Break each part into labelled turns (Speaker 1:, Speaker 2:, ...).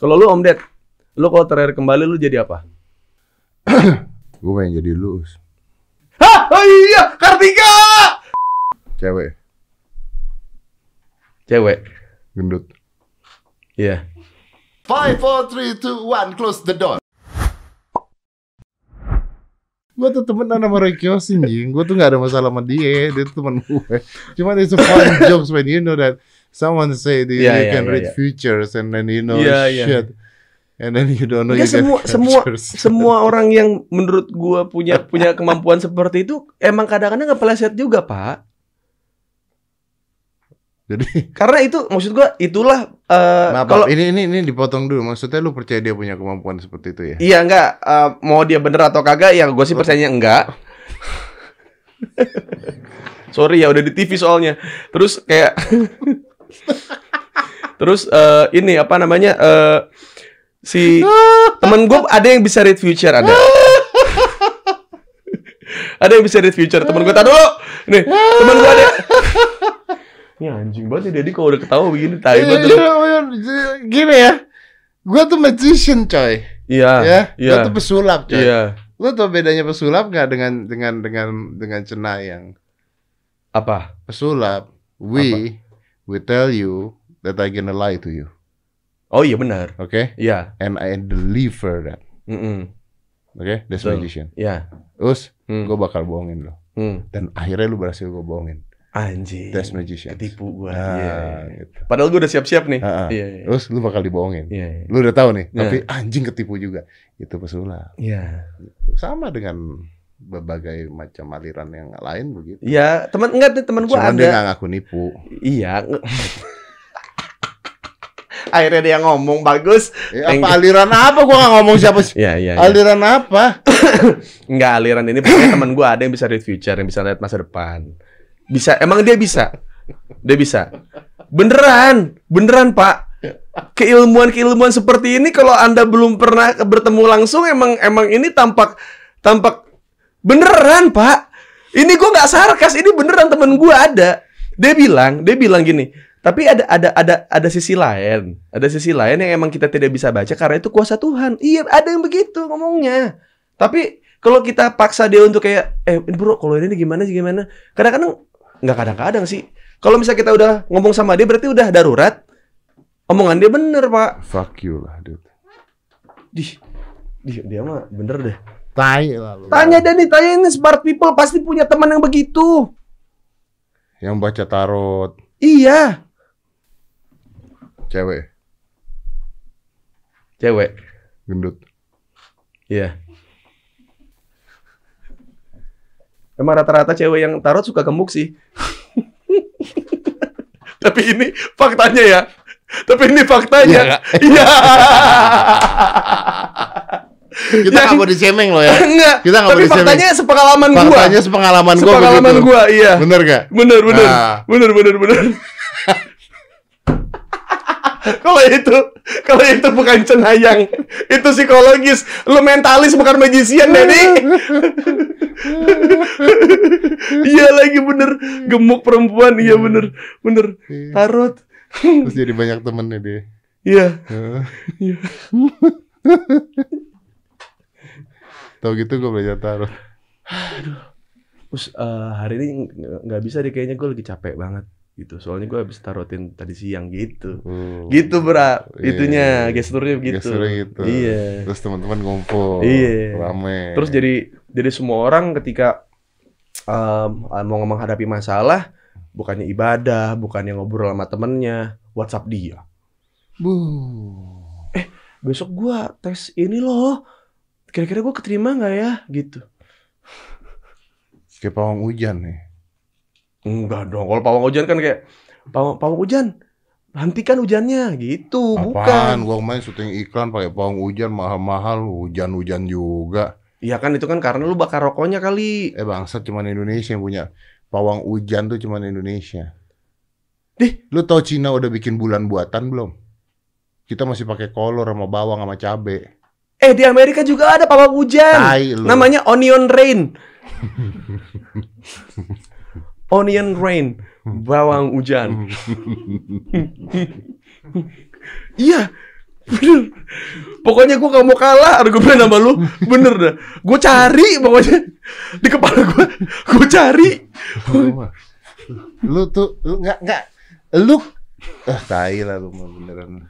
Speaker 1: Kalau lu Om Ded, lu kalau terakhir kembali lu jadi apa?
Speaker 2: Gue pengen jadi lu. Us.
Speaker 1: Hah, oh iya, Kartika.
Speaker 2: Cewek,
Speaker 1: Cewek.
Speaker 2: gendut.
Speaker 1: Iya.
Speaker 2: 5, 4, 3, 2, 1, close the door. Gue tuh temenan sama Roy Kiyoshi, anjing. Gue tuh gak ada masalah sama dia. Dia tuh temen gue. Cuma it's a fun jokes when you know that someone say that
Speaker 1: Yeah,
Speaker 2: you
Speaker 1: yeah,
Speaker 2: can
Speaker 1: yeah,
Speaker 2: read
Speaker 1: yeah.
Speaker 2: futures and then you know
Speaker 1: Yeah, yeah.
Speaker 2: shit. And then you don't know
Speaker 1: Nggak,
Speaker 2: you can
Speaker 1: semua semua
Speaker 2: futures.
Speaker 1: semua orang yang menurut gua punya punya kemampuan seperti itu emang kadang-kadang kepleset juga, Pak.
Speaker 2: Jadi,
Speaker 1: Karena itu maksud gua itulah eh,
Speaker 2: maaf,
Speaker 1: kalau
Speaker 2: ini, ini, ini dipotong dulu. Maksudnya lu percaya dia punya kemampuan seperti itu ya?
Speaker 1: Iya enggak Eh, mau dia bener atau kagak ya gue sih percayanya enggak. Sorry ya udah di TV soalnya. Terus kayak Terus eh, ini apa namanya eh, si temen gue ada yang bisa read future ada. ada yang bisa read future temen gue tahu dulu. Nih temen gue ada. Ini anjing banget ya Dedi kalau udah ketawa begini tai banget. lu.
Speaker 2: Iya, Gini ya. Gue tuh magician, coy.
Speaker 1: Iya.
Speaker 2: ya,
Speaker 1: Iya.
Speaker 2: Gua tuh pesulap, coy.
Speaker 1: Iya.
Speaker 2: Lu tau bedanya pesulap nggak dengan dengan dengan dengan cenayang?
Speaker 1: Apa?
Speaker 2: Pesulap, we we tell you that I gonna lie to you,
Speaker 1: Oh iya benar.
Speaker 2: okay?
Speaker 1: Iya.
Speaker 2: And I deliver that,
Speaker 1: Mm-mm.
Speaker 2: okay? That's
Speaker 1: Betul.
Speaker 2: magician.
Speaker 1: Ya.
Speaker 2: Us,
Speaker 1: Hmm.
Speaker 2: gue bakal bohongin lo.
Speaker 1: Hmm.
Speaker 2: Dan akhirnya lu berhasil gue bohongin.
Speaker 1: Anjing.
Speaker 2: That's magician.
Speaker 1: Ketipu gua. Iya.
Speaker 2: Ah, gitu.
Speaker 1: Padahal gua udah siap-siap nih.
Speaker 2: Ah, ah.
Speaker 1: Iya. iya.
Speaker 2: Us, lu bakal dibohongin.
Speaker 1: Iya. iya.
Speaker 2: Lu udah tahu nih,
Speaker 1: Ya.
Speaker 2: tapi anjing ketipu juga. Itu pesulap.
Speaker 1: Iya.
Speaker 2: Sama dengan berbagai macam aliran yang lain begitu.
Speaker 1: Iya, teman enggak nih teman gua
Speaker 2: Cuman
Speaker 1: ada.
Speaker 2: dia nggak ngaku nipu.
Speaker 1: Iya. nge- Akhirnya dia ngomong bagus.
Speaker 2: Eh,
Speaker 1: Thank you.
Speaker 2: apa aliran apa gua nggak ngomong siapa sih?
Speaker 1: Iya, iya. iya.
Speaker 2: Aliran apa?
Speaker 1: Enggak aliran ini pokoknya teman gua ada yang bisa read future, yang bisa lihat masa depan. Bisa, emang dia bisa. Dia bisa. Beneran, beneran, Pak. Keilmuan-keilmuan seperti ini kalau Anda belum pernah bertemu langsung emang emang ini tampak tampak beneran, Pak. Ini gua nggak sarkas, ini beneran teman gua ada. Dia bilang, dia bilang gini, tapi ada ada ada ada sisi lain. Ada sisi lain yang emang kita tidak bisa baca karena itu kuasa Tuhan. Iya, ada yang begitu ngomongnya. Tapi kalau kita paksa dia untuk kayak eh bro kalau ini gimana sih gimana kadang-kadang nggak kadang-kadang sih kalau misalnya kita udah ngomong sama dia berarti udah darurat omongan dia bener pak
Speaker 2: Fuck you lah, dude.
Speaker 1: Dih, dih, dia mah bener deh
Speaker 2: Tai lah lu.
Speaker 1: tanya dan tanya ini smart people pasti punya teman yang begitu
Speaker 2: Yang baca tarot,
Speaker 1: iya
Speaker 2: cewek,
Speaker 1: cewek
Speaker 2: gendut.
Speaker 1: iya emang rata-rata cewek yang tarot suka gemuk sih tapi ini faktanya ya tapi ini faktanya iya
Speaker 2: Kita
Speaker 1: Yang-
Speaker 2: nggak mau dicemeng loh ya.
Speaker 1: Enggak.
Speaker 2: Kita nggak
Speaker 1: Tapi
Speaker 2: boleh
Speaker 1: faktanya sepengalaman gua.
Speaker 2: Faktanya sepengalaman gua
Speaker 1: sepengalaman
Speaker 2: begitu.
Speaker 1: gua, iya.
Speaker 2: Bener gak?
Speaker 1: Bener, bener.
Speaker 2: Nah.
Speaker 1: Bener, bener, bener. kalau itu, kalau itu bukan cenayang, itu psikologis. Lu mentalis bukan magician, Dedi. Iya lagi bener, gemuk perempuan, iya bener, bener. Tarot,
Speaker 2: Iya. Terus jadi banyak temennya dia.
Speaker 1: iya.
Speaker 2: Heeh.
Speaker 1: Iya.
Speaker 2: Tau gitu gua belajar tarot.
Speaker 1: Terus eh, hari ini nggak- nggak bisa deh, kayaknya gue lagi capek banget gitu. Soalnya gue habis tarotin tadi siang gitu.
Speaker 2: Oh.
Speaker 1: gitu bra
Speaker 2: Iya.
Speaker 1: itunya gesturnya gitu
Speaker 2: Gesturnya gitu.
Speaker 1: iya
Speaker 2: Terus teman-teman ngumpul.
Speaker 1: Iya.
Speaker 2: Rame.
Speaker 1: terus jadi jadi semua orang ketika um, mau menghadapi masalah bukannya ibadah bukannya ngobrol sama temennya WhatsApp dia
Speaker 2: Bu.
Speaker 1: besok gua tes ini loh kira-kira gua keterima nggak ya gitu
Speaker 2: Kayak pawang hujan nih.
Speaker 1: enggak dong kalau pawang hujan kan kayak pawang pawang hujan hentikan hujannya gitu Oh, bukan
Speaker 2: Apaan? Gua kemarin syuting iklan pakai pawang hujan mahal-mahal, hujan-hujan juga.
Speaker 1: Iya kan itu kan karena lu bakar rokoknya kali
Speaker 2: Eh bangsat cuman Indonesia yang punya pawang hujan tuh cuman Indonesia.
Speaker 1: Dih.
Speaker 2: lu tau Cina udah bikin bulan buatan belum? Kita masih pakai kolor sama bawang sama cabe.
Speaker 1: eh di Amerika juga ada pawang hujan
Speaker 2: Tai lu.
Speaker 1: Namanya Onion Rain. Onion Rain,
Speaker 2: Hmm.
Speaker 1: bawang hujan. Iya, Bener. Pokoknya gue gak mau kalah argumen sama lu. Bener dah. Gue cari pokoknya di kepala gue. Gue cari.
Speaker 2: lu tuh lu nggak nggak lu ah tai lah lu mah beneran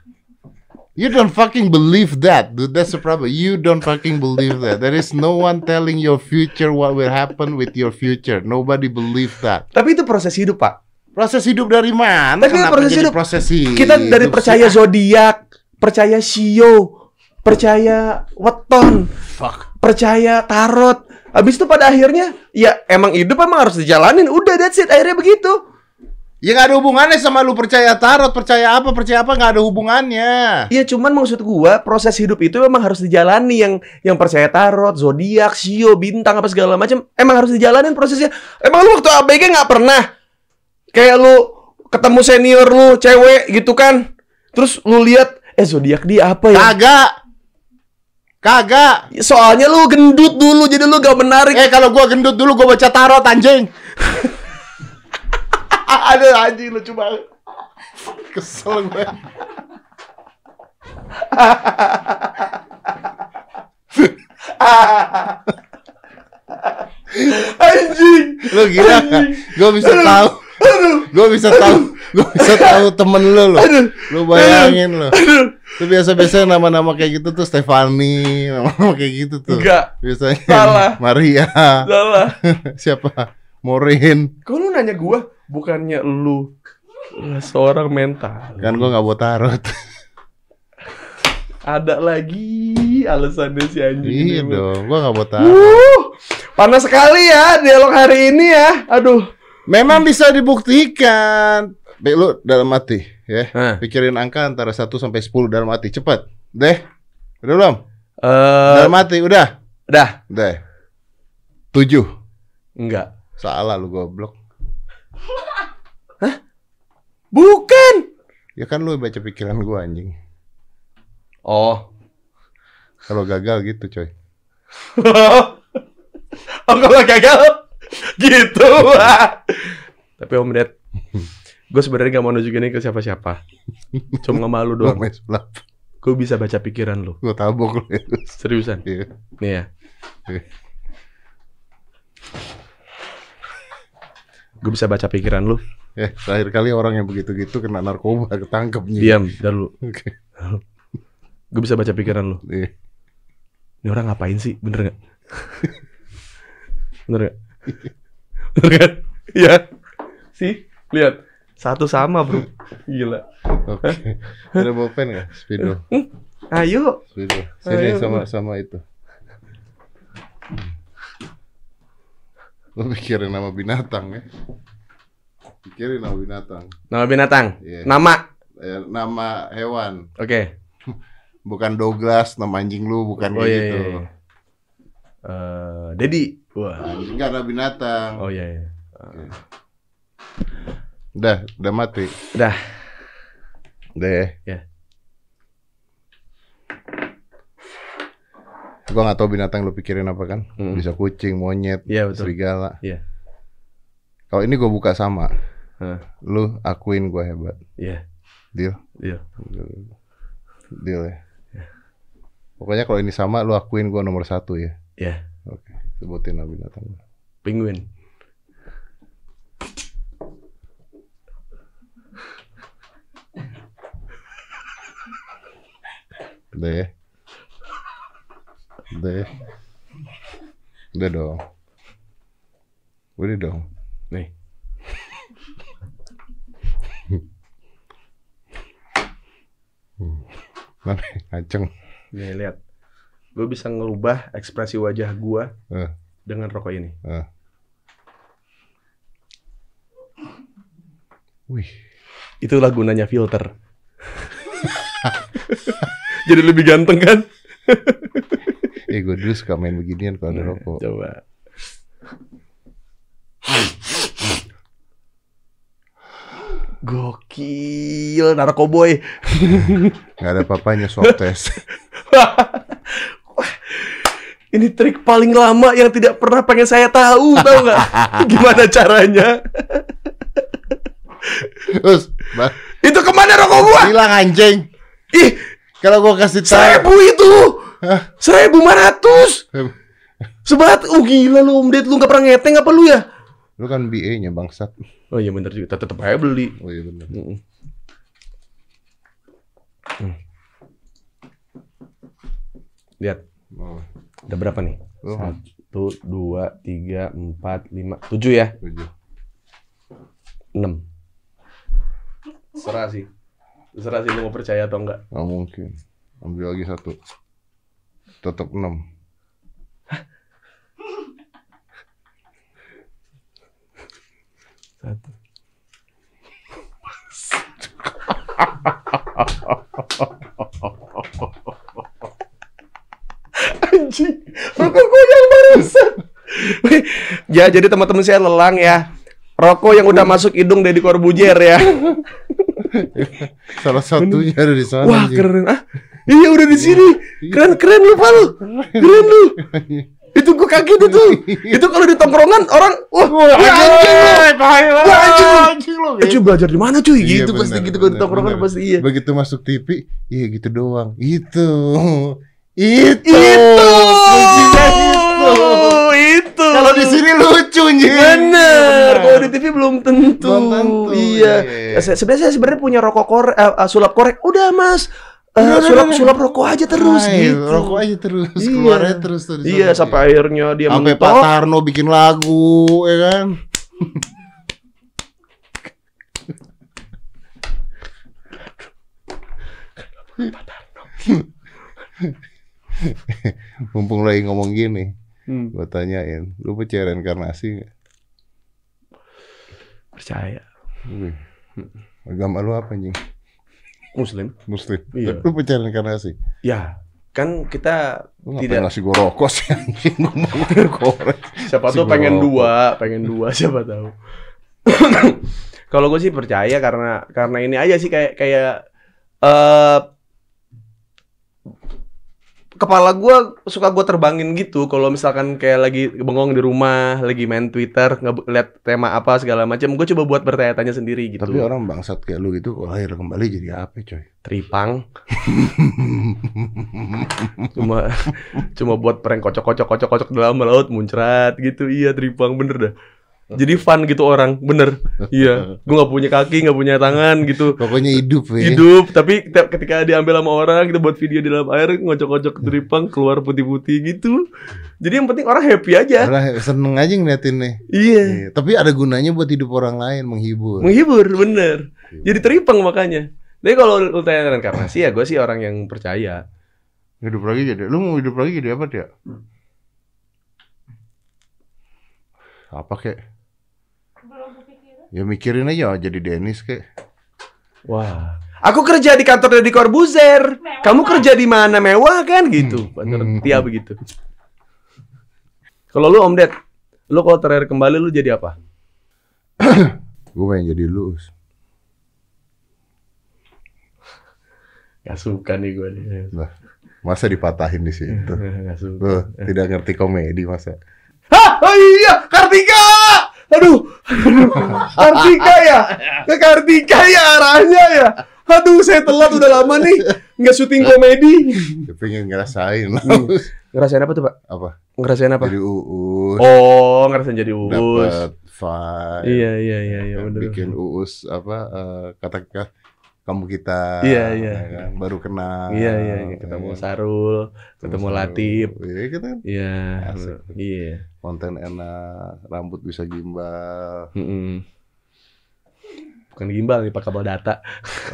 Speaker 2: You don't fucking believe that, dude. That's the problem. You don't fucking believe that. There is no one telling your future what will happen with your future. Nobody believe that.
Speaker 1: Tapi itu proses hidup pak.
Speaker 2: Proses hidup dari mana?
Speaker 1: Tapi
Speaker 2: Kenapa
Speaker 1: proses
Speaker 2: jadi
Speaker 1: hidup-
Speaker 2: proses hidup?
Speaker 1: Kita dari
Speaker 2: sih? Iya.
Speaker 1: percaya zodiak, percaya sio, percaya weton,
Speaker 2: Ah,
Speaker 1: percaya tarot. Abis itu pada akhirnya ya emang hidup emang harus dijalanin. Udah that's it. Akhirnya begitu.
Speaker 2: Ya gak ada hubungannya sama lu percaya tarot, percaya apa, percaya apa gak ada hubungannya.
Speaker 1: Iya cuman maksud gua proses hidup itu memang harus dijalani yang yang percaya tarot, zodiak, sio, bintang apa segala macam emang harus dijalanin prosesnya. Emang lu waktu ABG nggak pernah kayak lu ketemu senior lu cewek gitu kan. Terus lu lihat eh zodiak dia apa ya?
Speaker 2: Kagak. Kagak.
Speaker 1: Soalnya lu gendut dulu jadi lu gak menarik.
Speaker 2: Eh kalau gua gendut dulu gua baca tarot anjing. ada anjing lucu banget. Kesel gue.
Speaker 1: Anjing.
Speaker 2: Lu gila gak? Gua bisa
Speaker 1: Aduh.
Speaker 2: tahu.
Speaker 1: Aduh.
Speaker 2: Gua bisa tahu. Gua bisa tahu temen lu lo.
Speaker 1: Aduh.
Speaker 2: Lu bayangin lo.
Speaker 1: Aduh.
Speaker 2: Lu biasa-biasa nama-nama kayak gitu tuh Stefani, nama-nama kayak gitu tuh.
Speaker 1: Enggak.
Speaker 2: Biasanya
Speaker 1: Salah.
Speaker 2: Maria.
Speaker 1: Salah.
Speaker 2: Siapa? Morin.
Speaker 1: Kok lu nanya gua bukannya lu seorang mental.
Speaker 2: Kan gua nggak buat tarot.
Speaker 1: Ada lagi alasannya si anjing
Speaker 2: iya
Speaker 1: ini.
Speaker 2: dong, gua nggak buat tarot.
Speaker 1: Uh, panas sekali ya dialog hari ini ya. Aduh.
Speaker 2: Memang bisa dibuktikan. Be, lu dalam hati ya.
Speaker 1: Hah.
Speaker 2: Pikirin angka antara 1 sampai 10 dalam hati. Cepet. Deh. Udah belum?
Speaker 1: Eh,
Speaker 2: dalam hati udah.
Speaker 1: dah.
Speaker 2: Deh. 7.
Speaker 1: Enggak.
Speaker 2: Salah lu goblok.
Speaker 1: Bukan.
Speaker 2: Ya kan lu baca pikiran gua anjing.
Speaker 1: Oh.
Speaker 2: Kalau gagal gitu, coy.
Speaker 1: oh kalau gagal gitu. Tapi Om Ded, gue sebenarnya gak mau nunjukin ini ke siapa-siapa. Cuma sama lu
Speaker 2: Gua
Speaker 1: doang.
Speaker 2: main sulap.
Speaker 1: Gue bisa baca pikiran lu.
Speaker 2: Gua tabok lu.
Speaker 1: Seriusan.
Speaker 2: Iya.
Speaker 1: Nih ya. Gue bisa baca pikiran lu.
Speaker 2: Eh, terakhir kali orang yang begitu-gitu kena narkoba ketangkep Nyi.
Speaker 1: Diam, dan lu.
Speaker 2: Oke.
Speaker 1: Gue bisa baca pikiran lu.
Speaker 2: Iya.
Speaker 1: Ini orang ngapain sih? Bener gak? Bener gak? Bener gak? Iya. Sih, lihat. Satu sama, bro. Gila.
Speaker 2: Oke. Ada bawa pen enggak? Spidol.
Speaker 1: Ayo.
Speaker 2: Spidol. Sini
Speaker 1: Ayo,
Speaker 2: sama sama itu. Lu pikirin nama binatang ya. Pikirin nama binatang.
Speaker 1: Nama binatang.
Speaker 2: Iya.
Speaker 1: Nama.
Speaker 2: Eh, nama hewan.
Speaker 1: Oke.
Speaker 2: Bukan Douglas, nama anjing lu bukan
Speaker 1: Oh
Speaker 2: kayak
Speaker 1: iya.
Speaker 2: gitu.
Speaker 1: iya, iya. Eh, Dedi. Wah.
Speaker 2: Anjing karena binatang.
Speaker 1: Oh iya. iya.
Speaker 2: Udah, udah mati.
Speaker 1: Dah.
Speaker 2: Deh.
Speaker 1: Ya.
Speaker 2: Gua nggak tahu binatang lu pikirin apa kan?
Speaker 1: Mm.
Speaker 2: Bisa kucing, monyet,
Speaker 1: Iya, betul.
Speaker 2: serigala.
Speaker 1: Iya.
Speaker 2: Kalau ini gua buka sama,
Speaker 1: Hah,
Speaker 2: lu akuin gua hebat.
Speaker 1: Iya.
Speaker 2: Deal.
Speaker 1: Iya.
Speaker 2: Deal ya. Pokoknya kalau ini sama lu akuin gua nomor satu ya.
Speaker 1: Iya.
Speaker 2: Oke, sebutin lah binatang lu.
Speaker 1: Penguin.
Speaker 2: Udah ya. Udah ya. Udah dong. Udah dong.
Speaker 1: Nih.
Speaker 2: Mana ngaceng.
Speaker 1: Nih lihat. Gue bisa ngerubah ekspresi wajah gua
Speaker 2: Eh,
Speaker 1: dengan rokok ini.
Speaker 2: eh. Wih.
Speaker 1: Itulah gunanya filter. Jadi lebih ganteng kan?
Speaker 2: Eh gue dulu suka main beginian kalau ada rokok.
Speaker 1: Coba. Gokil, narkoboy.
Speaker 2: Gak ada papanya swab test.
Speaker 1: Wah, Ini trik paling lama yang tidak pernah pengen saya tahu, tahu nggak? Gimana caranya?
Speaker 2: Terus, ba-
Speaker 1: Itu kemana rokok gua?
Speaker 2: hilang anjing.
Speaker 1: Ih,
Speaker 2: Kalau gua kasih tahu,
Speaker 1: Seribu itu.
Speaker 2: Hah?
Speaker 1: Seribu lima ratus. Sebat, oh gila lu Om Ded, lu gak pernah ngeteng apa lu ya?
Speaker 2: lu kan BA-nya bangsat.
Speaker 1: Oh iya bener juga, tetep aja beli.
Speaker 2: Oh iya bener.
Speaker 1: Mm-mm. Hmm. Lihat,
Speaker 2: Oh,
Speaker 1: ada berapa nih?
Speaker 2: Lu-
Speaker 1: Satu, dua, tiga, empat, lima, tujuh ya?
Speaker 2: tujuh.
Speaker 1: Enam. Serah sih. Serah sih lu mau percaya atau enggak.
Speaker 2: Nggak mungkin. Ambil lagi satu. Tetap enam.
Speaker 1: Satu. Anjing, rokok gue yang barusan. Wih, ya jadi teman-teman saya lelang ya. Rokok yang udah masuk hidung dari Corbuzier ya.
Speaker 2: Salah satunya ada di sana.
Speaker 1: Wah
Speaker 2: anjing.
Speaker 1: keren ah. Iya udah di sini. Keren keren lu pal. Keren lu. Itu gue kaget itu. Itu kalau di tongkrongan orang wah
Speaker 2: Wah,
Speaker 1: ya anjing lu.
Speaker 2: anjing, tai lah.
Speaker 1: Wah, anjing lu.
Speaker 2: Anjing lu.
Speaker 1: Eh, cuy belajar di mana cuy?
Speaker 2: Iya,
Speaker 1: gitu pasti
Speaker 2: bener,
Speaker 1: gitu kalau di
Speaker 2: bener,
Speaker 1: tongkrongan
Speaker 2: bener.
Speaker 1: pasti iya.
Speaker 2: Begitu masuk TV, iya gitu doang. Itu. Itu.
Speaker 1: Itu.
Speaker 2: Kuncinya itu.
Speaker 1: Itu.
Speaker 2: Kalau di sini lucu anjing.
Speaker 1: Bener, kalau di TV belum tentu.
Speaker 2: Belum tentu,
Speaker 1: Iya.
Speaker 2: iya.
Speaker 1: Se- Sebenarnya saya sebenarnya punya rokok korek, eh, eh, sulap korek. Udah mas, Eh,
Speaker 2: Udah, udah,
Speaker 1: sulap
Speaker 2: udah.
Speaker 1: sulap rokok aja terus
Speaker 2: Nah,
Speaker 1: gitu.
Speaker 2: Rokok aja terus,
Speaker 1: Iya.
Speaker 2: keluarnya terus tuh di
Speaker 1: Iya,
Speaker 2: sana.
Speaker 1: sampai akhirnya dia
Speaker 2: sampai Pak
Speaker 1: mentok.
Speaker 2: Tarno bikin lagu, ya kan? Mumpung lagi ngomong gini,
Speaker 1: Hmm.
Speaker 2: gue tanyain, lu percaya reinkarnasi nggak?
Speaker 1: Percaya.
Speaker 2: Wih, Agama lu apa anjing?
Speaker 1: Muslim.
Speaker 2: Muslim.
Speaker 1: Iya.
Speaker 2: Lu percaya reinkarnasi?
Speaker 1: Ya, kan kita
Speaker 2: Lu
Speaker 1: Tidak.
Speaker 2: ngapain ngasih gue rokok sih anjing? Gue mau korek.
Speaker 1: siapa
Speaker 2: Si
Speaker 1: tuh pengen
Speaker 2: Gorok.
Speaker 1: dua, pengen dua siapa tahu. Kalau gue sih percaya karena karena ini aja sih kayak kayak eh kepala gue suka gue terbangin gitu kalau misalkan kayak lagi bengong di rumah, lagi main Twitter, nge- liat tema apa segala macam, gue coba buat bertanya-tanya sendiri gitu.
Speaker 2: Tapi orang bangsat kayak lu gitu, kalau lahir kembali jadi apa coy?
Speaker 1: Tripang. cuma cuma buat prank kocok-kocok kocok-kocok dalam laut muncrat gitu. Iya, tripang bener dah. Jadi fun gitu orang, bener. Iya, gua nggak punya kaki, nggak punya tangan gitu.
Speaker 2: Pokoknya hidup ya.
Speaker 1: Hidup, tapi kita- ketika diambil sama orang, kita buat video di dalam air, ngocok-kocok tripang, keluar putih-putih gitu. Jadi yang penting orang happy aja.
Speaker 2: Orang seneng aja ngeliatin nih.
Speaker 1: ya. Iya,
Speaker 2: Iya, Tapi ada gunanya buat hidup orang lain, menghibur.
Speaker 1: menghibur, bener. Jadi tripang makanya. Tapi kalau lu tanya reinkarnasi ya, gue sih orang yang percaya.
Speaker 2: Hidup lagi jadi, lu mau hidup lagi jadi apa dia? Apa kek? Ya mikirin aja jadi Dennis kek.
Speaker 1: Wah. Aku kerja di kantor Deddy Corbuzier. Kamu kerja di mana mewah kan gitu.
Speaker 2: Hmm.
Speaker 1: Pak Tia begitu. Kalau lu Om Ded, lu kalau terakhir kembali lu jadi apa?
Speaker 2: Gue pengen jadi lu. Us.
Speaker 1: Gak suka nih gue nih.
Speaker 2: Lah, masa dipatahin di situ?
Speaker 1: Gak suka.
Speaker 2: Loh, tidak ngerti komedi masa.
Speaker 1: Hah, oh iya, Kartika. Aduh, aduh, Kartika ya, ke Kartika ya arahnya ya. Aduh, saya telat udah lama nih nggak syuting komedi.
Speaker 2: Ya, pengen ngerasain lah. Us.
Speaker 1: Ngerasain apa Iya, tuh Pak?
Speaker 2: Apa?
Speaker 1: Ngerasain apa?
Speaker 2: Jadi uus.
Speaker 1: Oh, ngerasain jadi uus.
Speaker 2: Dapat file.
Speaker 1: Iya iya iya iya
Speaker 2: Kan
Speaker 1: bener.
Speaker 2: bikin uus apa eh, kata kamu kita
Speaker 1: Iya, iya.
Speaker 2: ya kan? baru kenal
Speaker 1: Iya iya iya.
Speaker 2: ya
Speaker 1: ketemu
Speaker 2: kan?
Speaker 1: Sarul, ketemu
Speaker 2: Sarul.
Speaker 1: Latif.
Speaker 2: iya kita kan
Speaker 1: Iya.
Speaker 2: Asik.
Speaker 1: Iya.
Speaker 2: konten enak rambut bisa gimbal
Speaker 1: Mm-mm. Bukan gimbal nih pakai kabel data.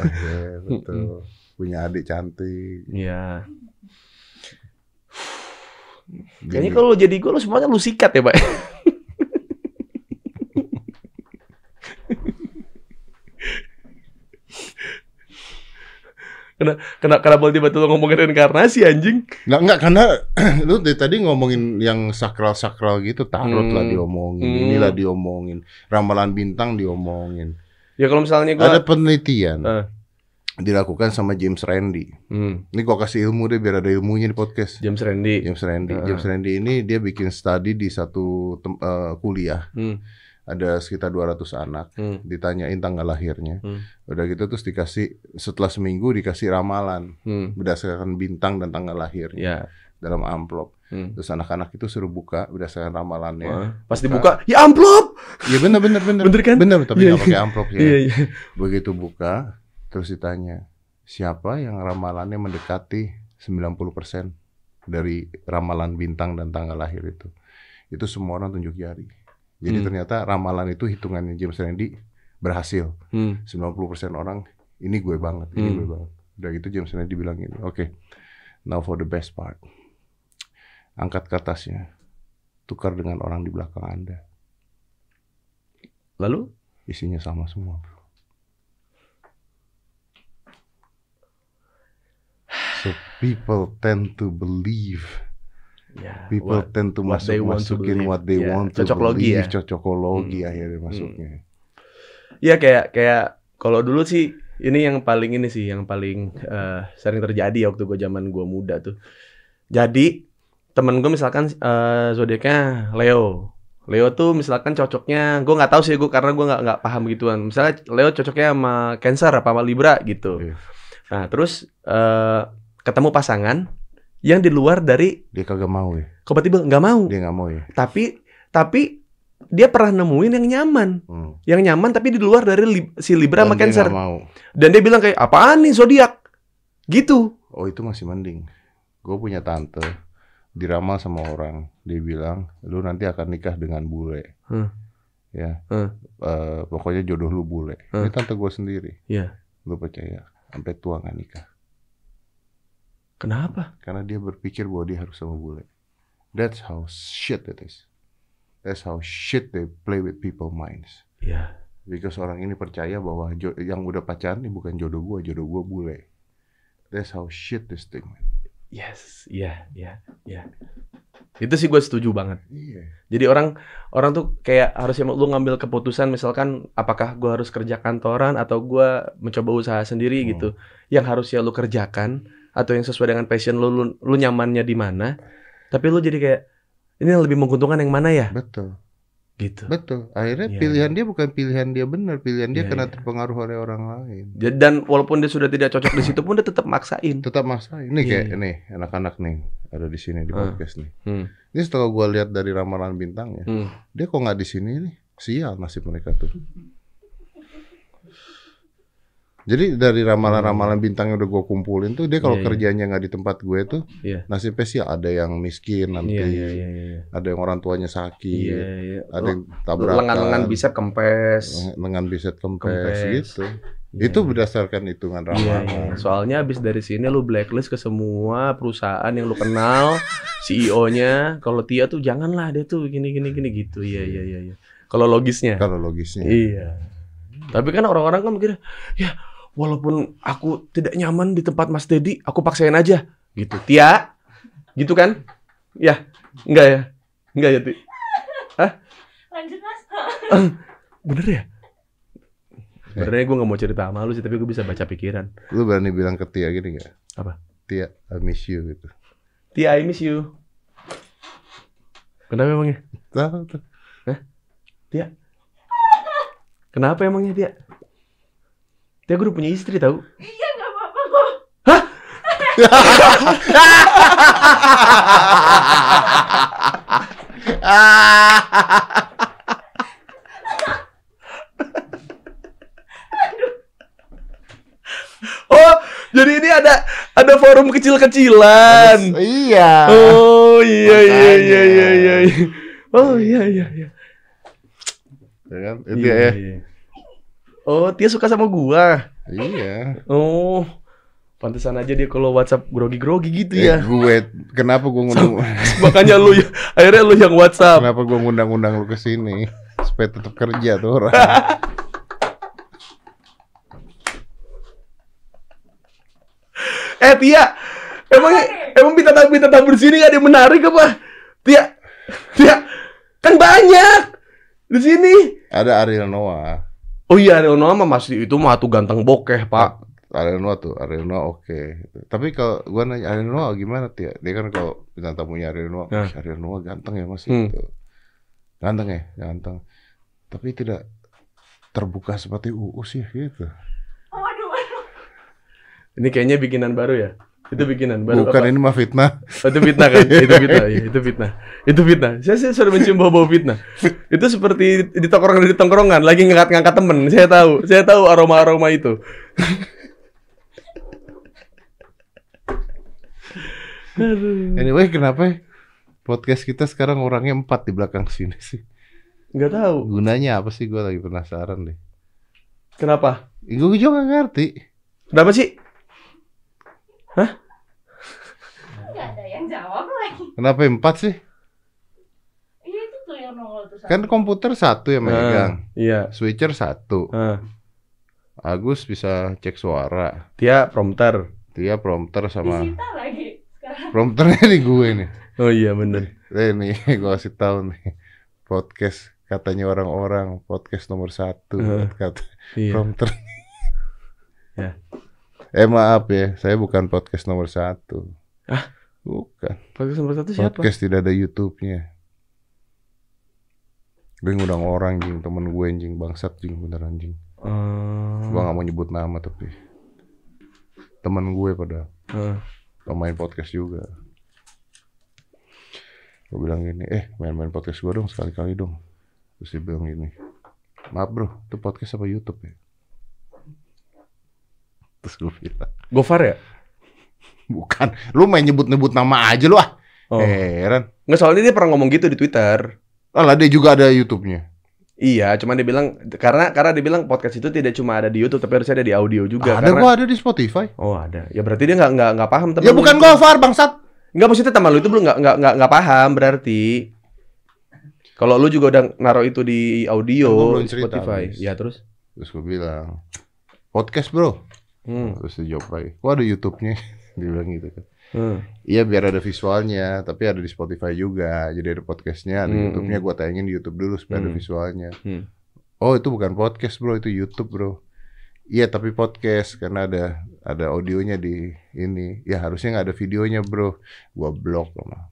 Speaker 2: Oke, betul punya adik cantik
Speaker 1: Iya.
Speaker 2: Bini-
Speaker 1: Kayaknya kalau lu jadi gue lu semuanya lu sikat ya, Pak. Kena, kena, kenapa tiba-tiba ngomongin reinkarnasi anjing?
Speaker 2: nggak nggak karena lu dari tadi ngomongin yang sakral sakral gitu tarot lah
Speaker 1: Hmm.
Speaker 2: diomongin
Speaker 1: Hmm.
Speaker 2: inilah diomongin ramalan bintang diomongin
Speaker 1: Ya kalau misalnya gue...
Speaker 2: ada penelitian
Speaker 1: Eh.
Speaker 2: dilakukan sama James Randi
Speaker 1: Hmm,
Speaker 2: ini gua kasih ilmu deh biar ada ilmunya di podcast
Speaker 1: James Randi.
Speaker 2: James Randi.
Speaker 1: Heeh.
Speaker 2: James Randi ini dia bikin study di satu tem- eh, kuliah.
Speaker 1: Hmm.
Speaker 2: ada sekitar 200 anak
Speaker 1: Hmm.
Speaker 2: ditanyain tanggal lahirnya
Speaker 1: Hmm.
Speaker 2: udah gitu terus dikasih setelah seminggu dikasih ramalan
Speaker 1: Hmm.
Speaker 2: berdasarkan bintang dan tanggal
Speaker 1: Ya.
Speaker 2: lahirnya dalam amplop
Speaker 1: Hmm.
Speaker 2: terus anak-anak itu suruh buka berdasarkan ramalannya
Speaker 1: Wah, Iya. Pas dibuka, ya amplop.
Speaker 2: Iya bener bener bener
Speaker 1: Bener kan?
Speaker 2: bener tapi
Speaker 1: Iya,
Speaker 2: nggak pakai amplop ya
Speaker 1: Iya, iya.
Speaker 2: begitu buka terus ditanya siapa yang ramalannya mendekati 90% dari ramalan bintang dan tanggal lahir itu itu semua orang tunjuk jari jadi
Speaker 1: Hmm.
Speaker 2: ternyata ramalan itu hitungannya James Randi berhasil 90% orang ini gue banget, ini
Speaker 1: Hmm.
Speaker 2: gue banget. Udah gitu James Randi bilang gini, oke, now for the best part. Angkat kertasnya, tukar dengan orang di belakang Anda.
Speaker 1: Lalu
Speaker 2: Isinya sama semua. bro." So people tend to believe,
Speaker 1: ya,
Speaker 2: people
Speaker 1: wah.
Speaker 2: tend to
Speaker 1: what they
Speaker 2: masuk
Speaker 1: want to
Speaker 2: masukin
Speaker 1: believe.
Speaker 2: what they
Speaker 1: Yeah.
Speaker 2: want to
Speaker 1: Cocoklogi
Speaker 2: believe,
Speaker 1: ya.
Speaker 2: cocokologi
Speaker 1: Hmm.
Speaker 2: akhirnya
Speaker 1: Hmm.
Speaker 2: masuknya.
Speaker 1: Iya kayak kayak kalau dulu sih ini yang paling ini sih yang paling eh, sering terjadi ya waktu gue zaman gue muda tuh. Jadi temen gue misalkan eh, zodiaknya Leo. Leo tuh misalkan cocoknya gue nggak tahu sih gue karena gue nggak nggak paham gituan. Misalnya Leo cocoknya sama Cancer apa sama Libra gitu.
Speaker 2: Iya.
Speaker 1: Nah terus eh, ketemu pasangan yang di luar dari
Speaker 2: Dia kagak mau ya,
Speaker 1: kompatibel nggak mau.
Speaker 2: dia nggak mau ya.
Speaker 1: Tapi tapi dia pernah nemuin yang nyaman,
Speaker 2: Hmm.
Speaker 1: yang nyaman tapi di luar dari Lib- si Libra
Speaker 2: Dan
Speaker 1: sama
Speaker 2: dia
Speaker 1: Cancer.
Speaker 2: nggak mau.
Speaker 1: Dan dia bilang kayak apaan nih zodiak? Gitu.
Speaker 2: Oh itu masih mending. Gue punya tante diramal sama orang, dia bilang lu nanti akan nikah dengan bule,
Speaker 1: Hmm.
Speaker 2: ya.
Speaker 1: Hmm.
Speaker 2: Eh, pokoknya jodoh lu bule.
Speaker 1: Hmm.
Speaker 2: Ini tante gue sendiri.
Speaker 1: Iya.
Speaker 2: Lu percaya? Sampai tua nggak nikah?
Speaker 1: Kenapa?
Speaker 2: Karena dia berpikir bahwa dia harus sama bule. That's how shit it is. That's how shit they play with people minds.
Speaker 1: Iya.
Speaker 2: Because orang ini percaya bahwa jo- yang udah pacaran ini bukan jodoh gue, jodoh gue bule. That's how shit this thing. man.
Speaker 1: Yes, iya, iya, iya. Itu sih gue setuju banget.
Speaker 2: Iya.
Speaker 1: Jadi orang orang tuh kayak harusnya lu ngambil keputusan misalkan apakah gue harus kerja kantoran atau gue mencoba usaha sendiri
Speaker 2: Hmm.
Speaker 1: gitu. Yang harusnya lu kerjakan atau yang sesuai dengan passion lu lu, lu nyamannya di mana. Tapi lu jadi kayak ini yang lebih menguntungkan yang mana ya?
Speaker 2: Betul.
Speaker 1: Gitu.
Speaker 2: Betul. Akhirnya
Speaker 1: Iya,
Speaker 2: pilihan dia bukan pilihan dia benar, pilihan
Speaker 1: Iya,
Speaker 2: dia karena
Speaker 1: iya.
Speaker 2: terpengaruh oleh orang lain.
Speaker 1: Jadi- Dan walaupun dia sudah tidak cocok di situ pun dia tetap maksain.
Speaker 2: Tetap maksa. Ini
Speaker 1: Iya.
Speaker 2: kayak nih anak-anak nih ada di sini di
Speaker 1: Ah.
Speaker 2: podcast nih.
Speaker 1: Hmm.
Speaker 2: Ini setelah gua lihat dari ramalan bintangnya,
Speaker 1: Hmm.
Speaker 2: dia kok nggak di sini nih? Sial nasib mereka tuh. Jadi dari ramalan-ramalan bintang yang udah gua kumpulin tuh dia kalau
Speaker 1: Hmm. Iya, iya.
Speaker 2: kerjanya nggak di tempat gue tuh
Speaker 1: Iya.
Speaker 2: nasibnya sih ada yang miskin nanti,
Speaker 1: Iya, iya, iya, iya.
Speaker 2: ada yang orang tuanya
Speaker 1: Iya, iya.
Speaker 2: sakit, ada yang tabrakan, Oh.
Speaker 1: lengan-lengan bisa kempes.
Speaker 2: lengan bisa kempes,
Speaker 1: Kempes.
Speaker 2: gitu.
Speaker 1: Iya.
Speaker 2: Itu berdasarkan hitungan
Speaker 1: Iya,
Speaker 2: ramalan.
Speaker 1: iya. Soalnya abis dari sini lu blacklist ke semua perusahaan yang lu kenal, CEO-nya. Kalau Tia tuh janganlah dia tuh gini gini gini gitu. Iya, iya, iya, iya. Kalau logisnya.
Speaker 2: Kalau logisnya.
Speaker 1: Iya. Tapi kan orang-orang kan mikir, ya walaupun aku tidak nyaman di tempat Mas Dedi, aku paksain aja gitu. Tia, gitu kan? Ya, enggak ya? Enggak ya, Ti?
Speaker 3: Lanjut mas.
Speaker 1: Bener ya? Sebenarnya gue gak mau cerita sama lu sih, tapi gue bisa baca pikiran.
Speaker 2: Lu berani bilang ke Tia gini gak?
Speaker 1: Apa?
Speaker 2: Tia, I miss you gitu.
Speaker 1: Tia, I miss you. Kenapa emangnya?
Speaker 2: Tahu tuh.
Speaker 1: Tia? Kenapa emangnya, Tia? Tia, gue udah punya istri tau.
Speaker 3: Iya nggak apa-apa kok.
Speaker 1: Oh, jadi ini ada ada forum kecil-kecilan.
Speaker 2: Iya.
Speaker 1: Oh, iya, iya,
Speaker 2: Makanya.
Speaker 1: iya, iya, iya. Oh, iya, iya, iya.
Speaker 2: Ya kan? Itu ya.
Speaker 1: Iya. Oh, Tia suka sama gua.
Speaker 2: Iya.
Speaker 1: Oh, pantesan aja dia kalau WhatsApp grogi-grogi gitu ya.
Speaker 2: Eh, gue kenapa gue ngundang
Speaker 1: Makanya lu ya, akhirnya lu yang WhatsApp.
Speaker 2: Eh. kenapa gue ngundang-undang lu ke sini supaya tetap kerja tuh orang.
Speaker 1: Eh Tia, emang emang bintang tamu bintang tamu di sini gak ada yang menarik apa? Tia, Tia, kan banyak di sini.
Speaker 2: Ada Ariel Noah.
Speaker 1: Oh iya, Ariel Noah mah masih itu mah tuh ganteng bokeh pak.
Speaker 2: Ah, Ariel Noah tuh, Ariel Noah oke. Tapi kalau gua nanya Ariel Noah gimana Tia? Dia kan kalau bintang tamunya Ariel Noah,
Speaker 1: Nah.
Speaker 2: "Wih, Ariel Noah ganteng ya Mas
Speaker 1: Hmm.
Speaker 2: gitu. Ganteng ya, ganteng. tapi tidak terbuka seperti uus ya gitu.
Speaker 3: Oh, waduh, waduh.
Speaker 1: Ini kayaknya bikinan baru ya? Itu bikinan baru.
Speaker 2: Bukan
Speaker 1: apa?
Speaker 2: ini mah fitnah.
Speaker 1: Oh, itu fitnah kan? itu fitnah, iya, itu fitnah. Itu fitnah. Saya, saya sudah mencium bau-bau fitnah. Itu seperti di tongkrongan di tongkrongan lagi ngangkat-ngangkat temen. Saya tahu, saya tahu aroma-aroma itu.
Speaker 2: Anyway, kenapa ya podcast kita sekarang orangnya empat di belakang sini sih?
Speaker 1: Nggak tahu.
Speaker 2: Gunanya apa sih? Gue lagi penasaran deh.
Speaker 1: Kenapa?
Speaker 2: Gue juga gak ngerti.
Speaker 1: Kenapa sih?
Speaker 3: Nggak ada yang jawab lagi.
Speaker 2: Kenapa empat sih?
Speaker 3: Iya, itu tuh yang nongol tuh.
Speaker 2: Kan komputer satu yang megang,
Speaker 1: Ah, iya.
Speaker 2: switcher satu.
Speaker 1: Ah,
Speaker 2: Agus bisa cek suara,
Speaker 1: Tia prompter.
Speaker 2: dia ya prompter sama
Speaker 3: Disita lagi. Sekarang
Speaker 2: prompternya di gue nih.
Speaker 1: Oh iya bener.
Speaker 2: Eh nih, gue kasih tahu nih podcast katanya orang-orang podcast nomor satu
Speaker 1: Heeh.
Speaker 2: kata
Speaker 1: Iya.
Speaker 2: prompter.
Speaker 1: Ya.
Speaker 2: Eh maaf ya, saya bukan podcast nomor satu. Bukan.
Speaker 1: Podcast nomor satu siapa?
Speaker 2: Podcast tidak ada YouTube-nya. Gue ngundang orang jing, temen gue anjing bangsat jing bener anjing.
Speaker 1: Ah,
Speaker 2: Gue gak mau nyebut nama tapi temen gue pada
Speaker 1: ah.
Speaker 2: pemain podcast juga. Gue bilang gini, eh main-main podcast gue dong sekali-kali dong. Terus dia bilang gini, maaf bro, itu podcast apa YouTube ya? Terus gue bilang,
Speaker 1: Gofar ya?
Speaker 2: bukan, lu main nyebut-nyebut nama aja lu ah.
Speaker 1: Oh.
Speaker 2: Heran.
Speaker 1: Nggak soalnya dia pernah ngomong gitu di Twitter.
Speaker 2: Alah dia juga ada YouTube-nya.
Speaker 1: Iya, cuman dia bilang karena karena dia bilang podcast itu tidak cuma ada di YouTube tapi harusnya ada di audio juga
Speaker 2: ada
Speaker 1: karena
Speaker 2: gua ada di Spotify.
Speaker 1: Oh, ada. Ya berarti dia nggak nggak nggak paham teman.
Speaker 2: Ya bukan gua Far bangsat.
Speaker 1: Enggak maksudnya teman lu itu belum nggak nggak nggak nggak paham berarti. Kalau lu juga udah naruh itu di
Speaker 2: Kan gua
Speaker 1: audio
Speaker 2: belum
Speaker 1: di
Speaker 2: cerita
Speaker 1: Spotify.
Speaker 2: habis.
Speaker 1: Ya terus.
Speaker 2: Terus gue bilang, podcast bro.
Speaker 1: Hmm.
Speaker 2: Terus dia jawab lagi, kok ada YouTube-nya? dia bilang gitu kan.
Speaker 1: Hmm.
Speaker 2: Iya biar ada visualnya, tapi ada di Spotify juga. Jadi ada podcastnya, ada
Speaker 1: Hmm.
Speaker 2: YouTube-nya. Gua tayangin di YouTube dulu supaya ada
Speaker 1: Hmm.
Speaker 2: visualnya.
Speaker 1: Hmm.
Speaker 2: Oh itu bukan podcast bro, itu YouTube bro. Iya tapi podcast karena ada ada audionya di ini. Ya harusnya nggak ada videonya bro. Gua blok sama.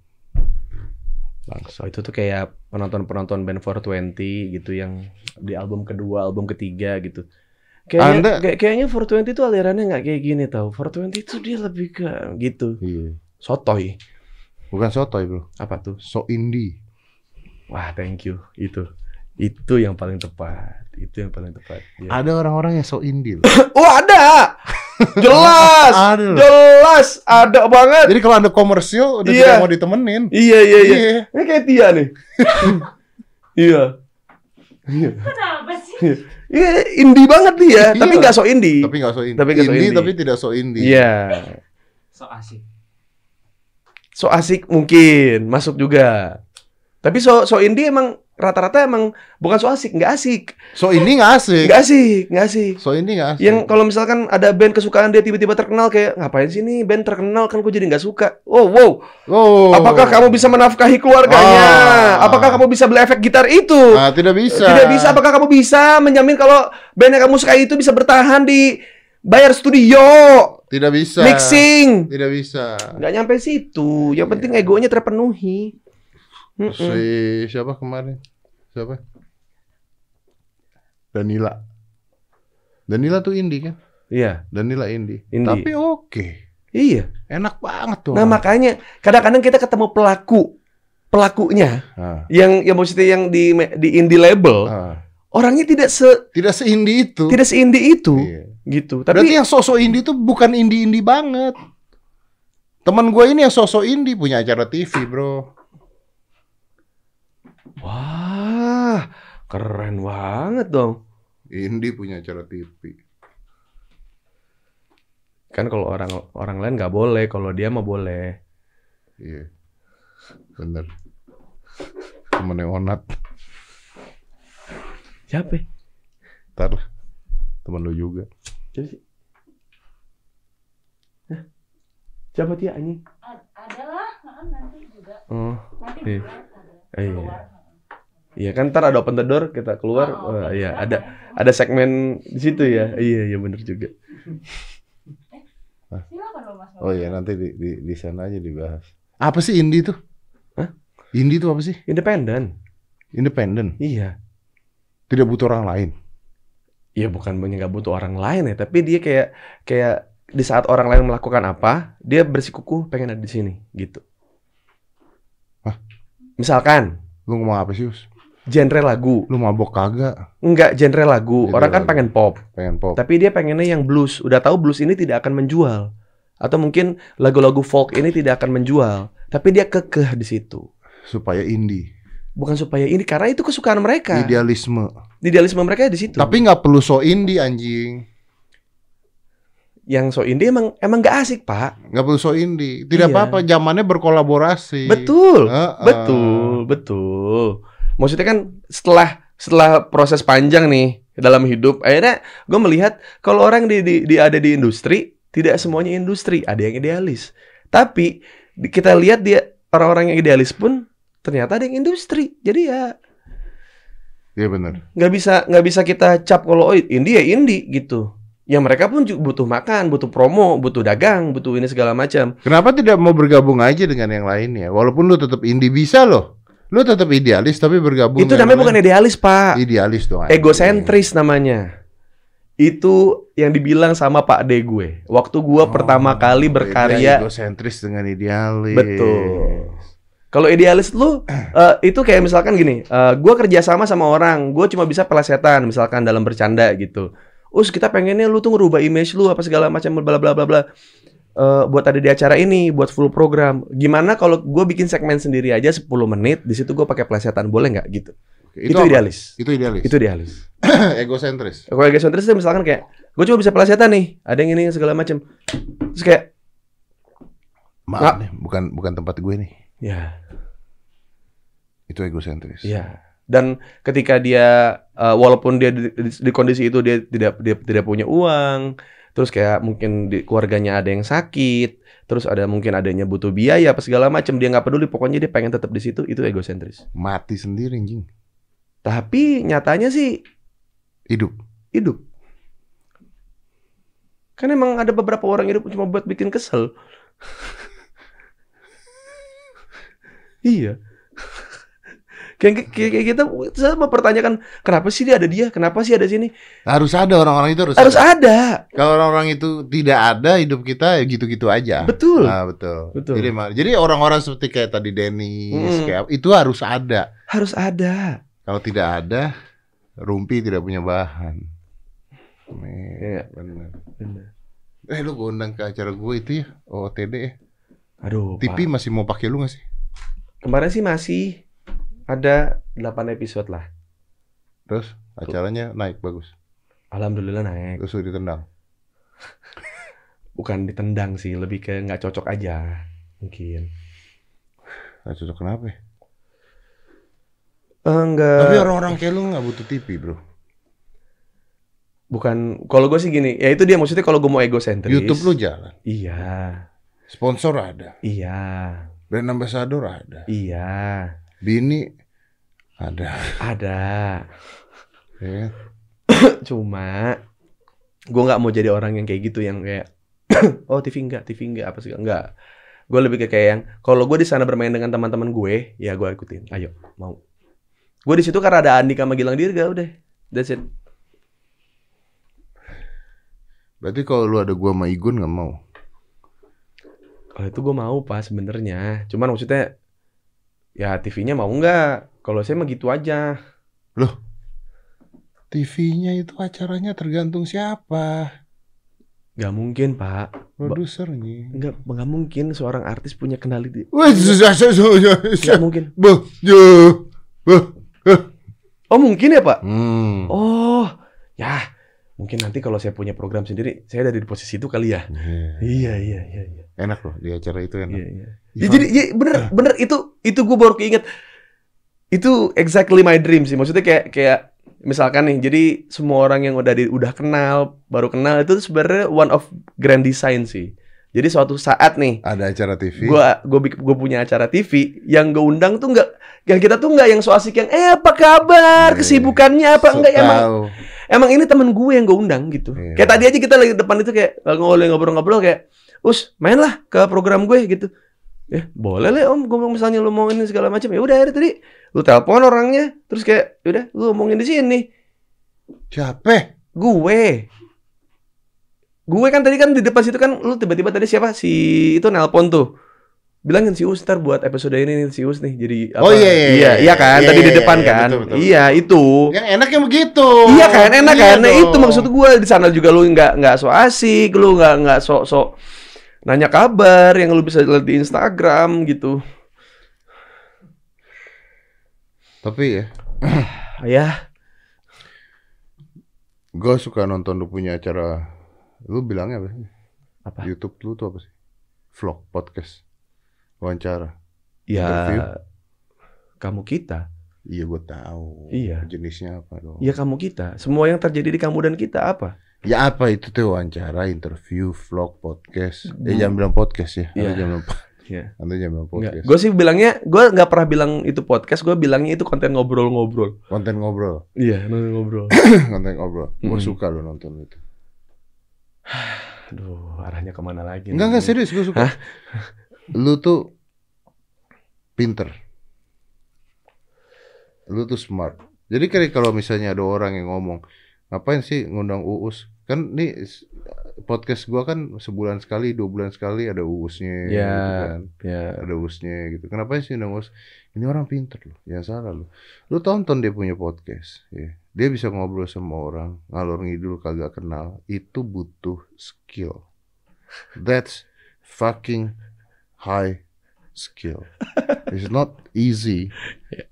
Speaker 2: Bangsa.
Speaker 1: So, itu tuh kayak penonton-penonton band 420 gitu yang di album kedua, album ketiga gitu. Kayaknya,
Speaker 2: Anda-
Speaker 1: kayak, kayaknya 420 itu alirannya nggak kayak gini tau. 420 itu dia lebih ke gitu.
Speaker 2: Iya.
Speaker 1: Sotoy.
Speaker 2: Bukan sotoy bro,
Speaker 1: Apa tuh?
Speaker 2: so indie.
Speaker 1: Wah, thank you. Itu. Itu yang paling tepat. Itu yang paling tepat. Ya.
Speaker 2: Ada orang-orang yang so indie. loh.
Speaker 1: Oh, ada. Jelas.
Speaker 2: Ada loh.
Speaker 1: Jelas ada banget.
Speaker 2: Jadi kalau anda komersil udah
Speaker 1: Iya.
Speaker 2: tidak mau ditemenin.
Speaker 1: Iya, iya, iya.
Speaker 2: Iya.
Speaker 1: Ini kayak Tia nih. iya. Iya.
Speaker 3: kenapa kan sih?
Speaker 1: Iya, indie banget dia, tapi
Speaker 2: Iya.
Speaker 1: nggak so indie.
Speaker 2: Tapi nggak so indie.
Speaker 1: Tapi nggak so
Speaker 2: indie,
Speaker 1: indie.
Speaker 2: tapi tidak so indie.
Speaker 1: Iya.
Speaker 4: so asik
Speaker 1: So asik mungkin masuk juga. Tapi so so indie emang rata-rata emang bukan so asik, nggak asik.
Speaker 2: So ini nggak asik.
Speaker 1: Nggak asik, nggak asik.
Speaker 2: So ini nggak asik.
Speaker 1: Yang kalau misalkan ada band kesukaan dia tiba-tiba terkenal kayak ngapain sih nih band terkenal kan gue jadi nggak suka. Wow, wow.
Speaker 2: Oh.
Speaker 1: Apakah kamu bisa menafkahi keluarganya?
Speaker 2: Ah.
Speaker 1: Apakah kamu bisa beli efek gitar itu? Eh,
Speaker 2: Ah, tidak bisa.
Speaker 1: Tidak bisa. Apakah kamu bisa menjamin kalau band yang kamu sukai itu bisa bertahan di bayar studio,
Speaker 2: Tidak bisa.
Speaker 1: mixing?
Speaker 2: Tidak bisa.
Speaker 1: Nggak nyampe situ. Yang penting
Speaker 2: Iya.
Speaker 1: egonya terpenuhi. Mm-mm.
Speaker 2: Si siapa kemarin? Siapa? Danila. Danila tuh indie kan?
Speaker 1: Iya,
Speaker 2: Danila indie.
Speaker 1: Indie.
Speaker 2: Tapi oke.
Speaker 1: iya.
Speaker 2: Enak banget tuh.
Speaker 1: Nah
Speaker 2: orang.
Speaker 1: makanya kadang-kadang kita ketemu pelaku pelakunya
Speaker 2: Ah,
Speaker 1: yang yang maksudnya yang di di indie label
Speaker 2: ah.
Speaker 1: orangnya tidak se
Speaker 2: Tidak se-indie itu.
Speaker 1: tidak se indie itu
Speaker 2: Iya.
Speaker 1: gitu.
Speaker 2: Berarti
Speaker 1: Tapi
Speaker 2: yang sosok indie tuh bukan indie-indie banget. Temen gue ini yang sosok indie punya acara TV, bro.
Speaker 1: wah keren banget dong.
Speaker 2: Indie punya acara TV.
Speaker 1: kan kalau orang orang lain nggak boleh kalau dia mah boleh
Speaker 2: Iya. Bener. Temennya Onat.
Speaker 1: siapa
Speaker 2: Ntar lah. Temen lu juga.
Speaker 1: siapa sih Hah? siapa dia anjing
Speaker 3: A- Ada lah, Nah, nanti juga.
Speaker 1: oh
Speaker 3: Nanti
Speaker 1: Iya.
Speaker 3: juga ada.
Speaker 1: eh, iya
Speaker 3: Keluar.
Speaker 1: iya kan ntar ada open the door kita keluar
Speaker 3: Oh,
Speaker 1: Wah,
Speaker 3: oke.
Speaker 1: iya ada ada segmen di situ ya iya iya bener juga
Speaker 3: Silakan loh, Mas.
Speaker 2: Oh iya nanti di, di, di sana aja dibahas. Apa sih indie tuh?
Speaker 1: Hah?
Speaker 2: Indie tuh apa sih?
Speaker 1: independen
Speaker 2: Independen.
Speaker 1: iya
Speaker 2: Tidak butuh orang lain.
Speaker 1: ya bukan punya nggak butuh orang lain ya tapi dia kayak kayak di saat orang lain melakukan apa dia bersikukuh pengen ada di sini gitu
Speaker 2: Hah?
Speaker 1: misalkan
Speaker 2: Lu ngomong apa sih, Us?
Speaker 1: genre lagu
Speaker 2: Lu mabok kagak?
Speaker 1: enggak genre lagu
Speaker 2: Genre
Speaker 1: orang kan
Speaker 2: lagu.
Speaker 1: pengen pop
Speaker 2: Pengen pop.
Speaker 1: tapi dia pengennya yang blues udah tahu blues ini tidak akan menjual atau mungkin lagu-lagu folk ini tidak akan menjual tapi dia kekeh di situ
Speaker 2: Supaya indie.
Speaker 1: bukan supaya ini karena itu kesukaan mereka
Speaker 2: Idealisme.
Speaker 1: idealisme mereka di situ
Speaker 2: Tapi nggak perlu so indie, anjing.
Speaker 1: yang so indie emang emang nggak asik pak
Speaker 2: Nggak perlu so indie. Tidak
Speaker 1: Iya.
Speaker 2: apa-apa, zamannya berkolaborasi.
Speaker 1: betul
Speaker 2: Heeh.
Speaker 1: Betul, betul. Maksudnya kan setelah setelah proses panjang nih dalam hidup, akhirnya gue melihat kalau orang di, di, di- ada di industri, tidak semuanya industri, ada yang idealis. Tapi di- kita lihat dia orang-orang yang idealis pun ternyata ada yang industri. Jadi ya
Speaker 2: Iya bener.
Speaker 1: nggak bisa nggak bisa kita cap kalau oh, indie ya indie gitu. Ya mereka pun ju- butuh makan, butuh promo, butuh dagang, butuh ini segala macam.
Speaker 2: Kenapa tidak mau bergabung aja dengan yang lainnya? Walaupun lu tetap indie bisa loh. Lu tetap idealis tapi bergabung. ya.
Speaker 1: Itu namanya bukan idealis, Pak.
Speaker 2: idealis dong. anjing.
Speaker 1: egosentris namanya. Itu yang dibilang sama Pak D gue. Waktu gue
Speaker 2: Oh,
Speaker 1: pertama kali
Speaker 2: beda
Speaker 1: berkarya,
Speaker 2: egosentris dengan idealis.
Speaker 1: Betul. kalau idealis lu eh, itu kayak misalkan gini, eh, gue kerja sama sama orang, gue cuma bisa pelesetan misalkan dalam bercanda gitu. Us kita pengennya lu tuh ngerubah image lu apa segala macam bla bla bla bla. Eh, buat ada di acara ini, buat full program. Gimana kalau gue bikin segmen sendiri aja 10 menit, di situ gue pakai pelesetan boleh nggak gitu?
Speaker 2: Oke,
Speaker 1: Itu,
Speaker 2: itu, apa?
Speaker 1: idealis.
Speaker 2: Itu idealis.
Speaker 1: Itu idealis.
Speaker 2: egosentris.
Speaker 1: Kalau egosentris itu misalkan kayak gue cuma bisa pelesetan nih, ada yang ini segala macam. Terus kayak Nggak.
Speaker 2: Maaf nih, bukan bukan tempat gue nih.
Speaker 1: ya,
Speaker 2: Itu egosentris.
Speaker 1: ya. Dan ketika dia eh, walaupun dia di, di- di kondisi itu dia tidak dia tidak punya uang, terus kayak mungkin di keluarganya ada yang sakit, terus ada mungkin adanya butuh biaya apa segala macam, dia nggak peduli, pokoknya dia pengen tetap di situ, itu egosentris.
Speaker 2: Mati sendiri anjing.
Speaker 1: Tapi nyatanya sih
Speaker 2: Hidup.
Speaker 1: hidup. Kan emang ada beberapa orang hidup cuma buat bikin kesel. iya. kayak, kayak, kayak kita saya mempertanyakan kenapa sih dia ada dia, kenapa sih ada sini?
Speaker 2: Harus ada orang-orang itu harus,
Speaker 1: Harus
Speaker 2: ada.
Speaker 1: ada.
Speaker 2: Kalau orang-orang itu tidak ada, hidup kita ya gitu-gitu aja.
Speaker 1: Betul.
Speaker 2: Nah, betul.
Speaker 1: Betul.
Speaker 2: Jadi ma- jadi orang-orang seperti kayak tadi Dennis
Speaker 1: Mm.
Speaker 2: kayak itu harus ada.
Speaker 1: Harus ada.
Speaker 2: Kalau tidak ada, rumpi tidak punya bahan. Nih,
Speaker 1: Iya.
Speaker 2: bener. Eh lu gondang ke acara gue itu ya, OOTD ya.
Speaker 1: Aduh,
Speaker 2: TV
Speaker 1: Pak.
Speaker 2: masih mau pakai lu gak sih?
Speaker 1: Kemarin sih masih ada 8 episode lah.
Speaker 2: Terus acaranya naik bagus.
Speaker 1: Alhamdulillah naik.
Speaker 2: Terus lu ditendang.
Speaker 1: Bukan ditendang sih, lebih ke nggak cocok aja mungkin.
Speaker 2: Nah, cocok kenapa ya? Eh,
Speaker 1: Enggak.
Speaker 2: Tapi orang-orang kayak lu gak butuh TV bro.
Speaker 1: Bukan, kalau gue sih gini, ya itu dia maksudnya kalau gue mau egosentris.
Speaker 2: Youtube lu jalan.
Speaker 1: Iya,
Speaker 2: Sponsor ada.
Speaker 1: iya,
Speaker 2: Brand ambassador ada.
Speaker 1: iya,
Speaker 2: Bini ada.
Speaker 1: ada.
Speaker 2: Ya. kan?
Speaker 1: Cuma gue nggak mau jadi orang yang kayak gitu yang kayak oh TV enggak, TV enggak apa sih enggak. Gue lebih ke kayak yang kalau gue di sana bermain dengan teman-teman gue, ya gue ikutin. Ayo, mau. Gue di situ karena ada Andi sama Gilang Dirga udah. That's it.
Speaker 2: Berarti kalau lu ada gua sama Igun gak mau.
Speaker 1: Kalau itu gue mau pak sebenarnya. Cuman maksudnya ya TV-nya mau nggak? Kalau saya mah gitu aja.
Speaker 2: TV-nya itu acaranya tergantung siapa
Speaker 1: Gak mungkin pak
Speaker 2: produsernya.
Speaker 1: Gak, nggak mungkin seorang artis punya kendali di
Speaker 2: Wah, susah, susah, susah, susah.
Speaker 1: Gak mungkin
Speaker 2: Buh, juh.
Speaker 1: Oh mungkin ya pak
Speaker 2: Hmm.
Speaker 1: Oh Ya Mungkin nanti kalau saya punya program sendiri Saya dari posisi itu kali ya
Speaker 2: Iya.
Speaker 1: Iya iya iya iya
Speaker 2: Enak loh di acara itu enak.
Speaker 1: Iya, iya. Ya, jadi ya, bener bener itu itu gue baru keinget itu exactly my dream sih maksudnya kayak kayak misalkan nih jadi semua orang yang udah di, udah kenal baru kenal itu sebenarnya one of grand design sih jadi suatu saat nih
Speaker 2: ada acara TV.
Speaker 1: gua gua bik- gua punya acara TV yang gue undang tuh nggak yang kita tuh nggak yang so asik yang eh apa kabar
Speaker 2: Iya.
Speaker 1: kesibukannya apa
Speaker 2: So
Speaker 1: enggak emang
Speaker 2: tahu.
Speaker 1: emang ini temen gue yang gue undang gitu
Speaker 2: Iya.
Speaker 1: kayak tadi aja kita lagi di depan itu kayak eh, ngobrol ngobrol-ngobrol kayak us mainlah ke program gue gitu ya boleh lah om gue misalnya lu mau ini segala macam ya udah akhirnya tadi lu telepon orangnya terus kayak udah lu "Ya omongin di sini
Speaker 2: Siapa?
Speaker 1: Gue. Gue kan tadi kan di depan situ kan lu tiba-tiba tadi siapa si itu nelpon tuh. Bilangin si Us ntar buat episode ini nih, si Us nih jadi
Speaker 2: Oh, iya, iya,
Speaker 1: iya,
Speaker 2: iya,
Speaker 1: iya kan
Speaker 2: iya,
Speaker 1: tadi di
Speaker 2: iya,
Speaker 1: depan
Speaker 2: iya,
Speaker 1: kan.
Speaker 2: betul, betul.
Speaker 1: Iya, itu.
Speaker 2: Yang enak yang begitu.
Speaker 1: Iya kan, enak
Speaker 2: Iya
Speaker 1: kan. Nah, itu
Speaker 2: dong.
Speaker 1: maksud gue di sana juga lu nggak nggak so asik, lu nggak nggak sok sok nanya kabar yang lu bisa lihat di Instagram gitu.
Speaker 2: Tapi ya,
Speaker 1: Ya,
Speaker 2: gue suka nonton lu punya acara. Lu bilangnya apa sih?
Speaker 1: Apa?
Speaker 2: YouTube lu tuh apa sih? Vlog, podcast, wawancara.
Speaker 1: ya
Speaker 2: Interview.
Speaker 1: kamu kita,
Speaker 2: Iya gue tahu.
Speaker 1: Iya.
Speaker 2: Jenisnya apa dong?
Speaker 1: ya kamu kita. Semua yang terjadi di kamu dan kita apa?
Speaker 2: Ya apa itu tuh wawancara, interview, vlog, podcast. Eh jangan bilang podcast ya.
Speaker 1: Iya.
Speaker 2: Anda jangan bilang,
Speaker 1: Iya.
Speaker 2: Anda jangan bilang podcast.
Speaker 1: Gue sih bilangnya, gue nggak pernah bilang itu podcast, gue bilangnya itu konten ngobrol-ngobrol.
Speaker 2: Konten ngobrol,
Speaker 1: Iya, ngobrol.
Speaker 2: konten ngobrol. Gue
Speaker 1: Mm.
Speaker 2: suka lo nonton itu.
Speaker 1: Aduh, arahnya kemana lagi?
Speaker 2: Enggak enggak serius gue suka. Lu tuh pinter. Lu tuh smart. Jadi kayak kalau misalnya ada orang yang ngomong, ngapain sih ngundang Uus? Kan nih s- podcast gua kan sebulan sekali, dua bulan sekali ada Uusnya
Speaker 1: Ya.
Speaker 2: kan.
Speaker 1: Ya,
Speaker 2: Ada Uusnya gitu. Kenapa sih ngundang Uus? Ini orang pinter loh, yang salah loh. Lu tonton dia punya podcast, ya. Dia bisa ngobrol sama orang, ngalor ngidul kagak kenal. Itu butuh skill. That's fucking high skill. It's not easy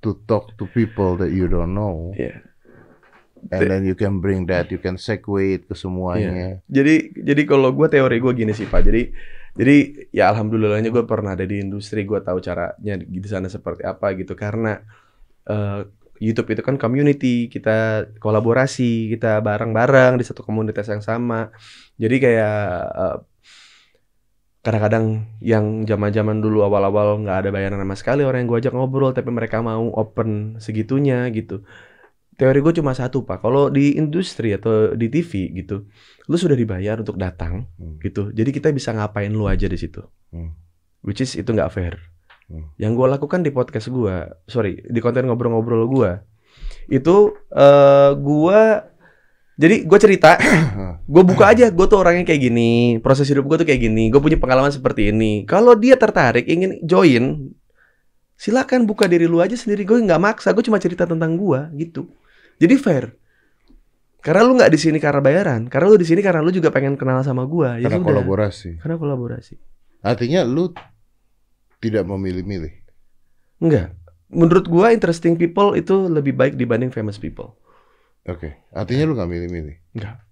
Speaker 2: to talk to people that you don't know.
Speaker 1: Yeah.
Speaker 2: And then you can bring that, you can segue it ke semuanya.
Speaker 1: jadi jadi kalau gue teori gue gini sih pak. Jadi jadi ya alhamdulillahnya gue pernah ada di industri, gue tahu caranya di di sana seperti apa gitu. Karena eh, YouTube itu kan community, kita kolaborasi, kita bareng-bareng di satu komunitas yang sama. Jadi kayak eh, kadang-kadang yang zaman-zaman dulu awal-awal nggak ada bayaran sama sekali orang yang gue ajak ngobrol, tapi mereka mau open segitunya gitu. Teori gue cuma satu pak, kalau di industri atau di TV gitu, lu sudah dibayar untuk datang
Speaker 2: Hmm.
Speaker 1: gitu. Jadi kita bisa ngapain lu aja di situ.
Speaker 2: Hmm.
Speaker 1: Which is itu nggak fair.
Speaker 2: Hmm.
Speaker 1: Yang gue lakukan di podcast gue, sorry, di konten ngobrol-ngobrol gue, itu eh gue, jadi gue cerita, gue buka aja, gue tuh orangnya kayak gini, proses hidup gue tuh kayak gini, gue punya pengalaman seperti ini. Kalau dia tertarik ingin join, silakan buka diri lu aja sendiri. Gue nggak maksa, gue cuma cerita tentang gue gitu. Jadi fair. Karena lu nggak di sini karena bayaran, karena lu di sini karena lu juga pengen kenal sama gue. Ya
Speaker 2: Karena
Speaker 1: sudah.
Speaker 2: kolaborasi.
Speaker 1: Karena kolaborasi.
Speaker 2: Artinya lu tidak memilih-milih.
Speaker 1: Enggak. Menurut gua interesting people itu lebih baik dibanding famous people.
Speaker 2: Oke. Artinya lu nggak milih-milih.
Speaker 1: Enggak.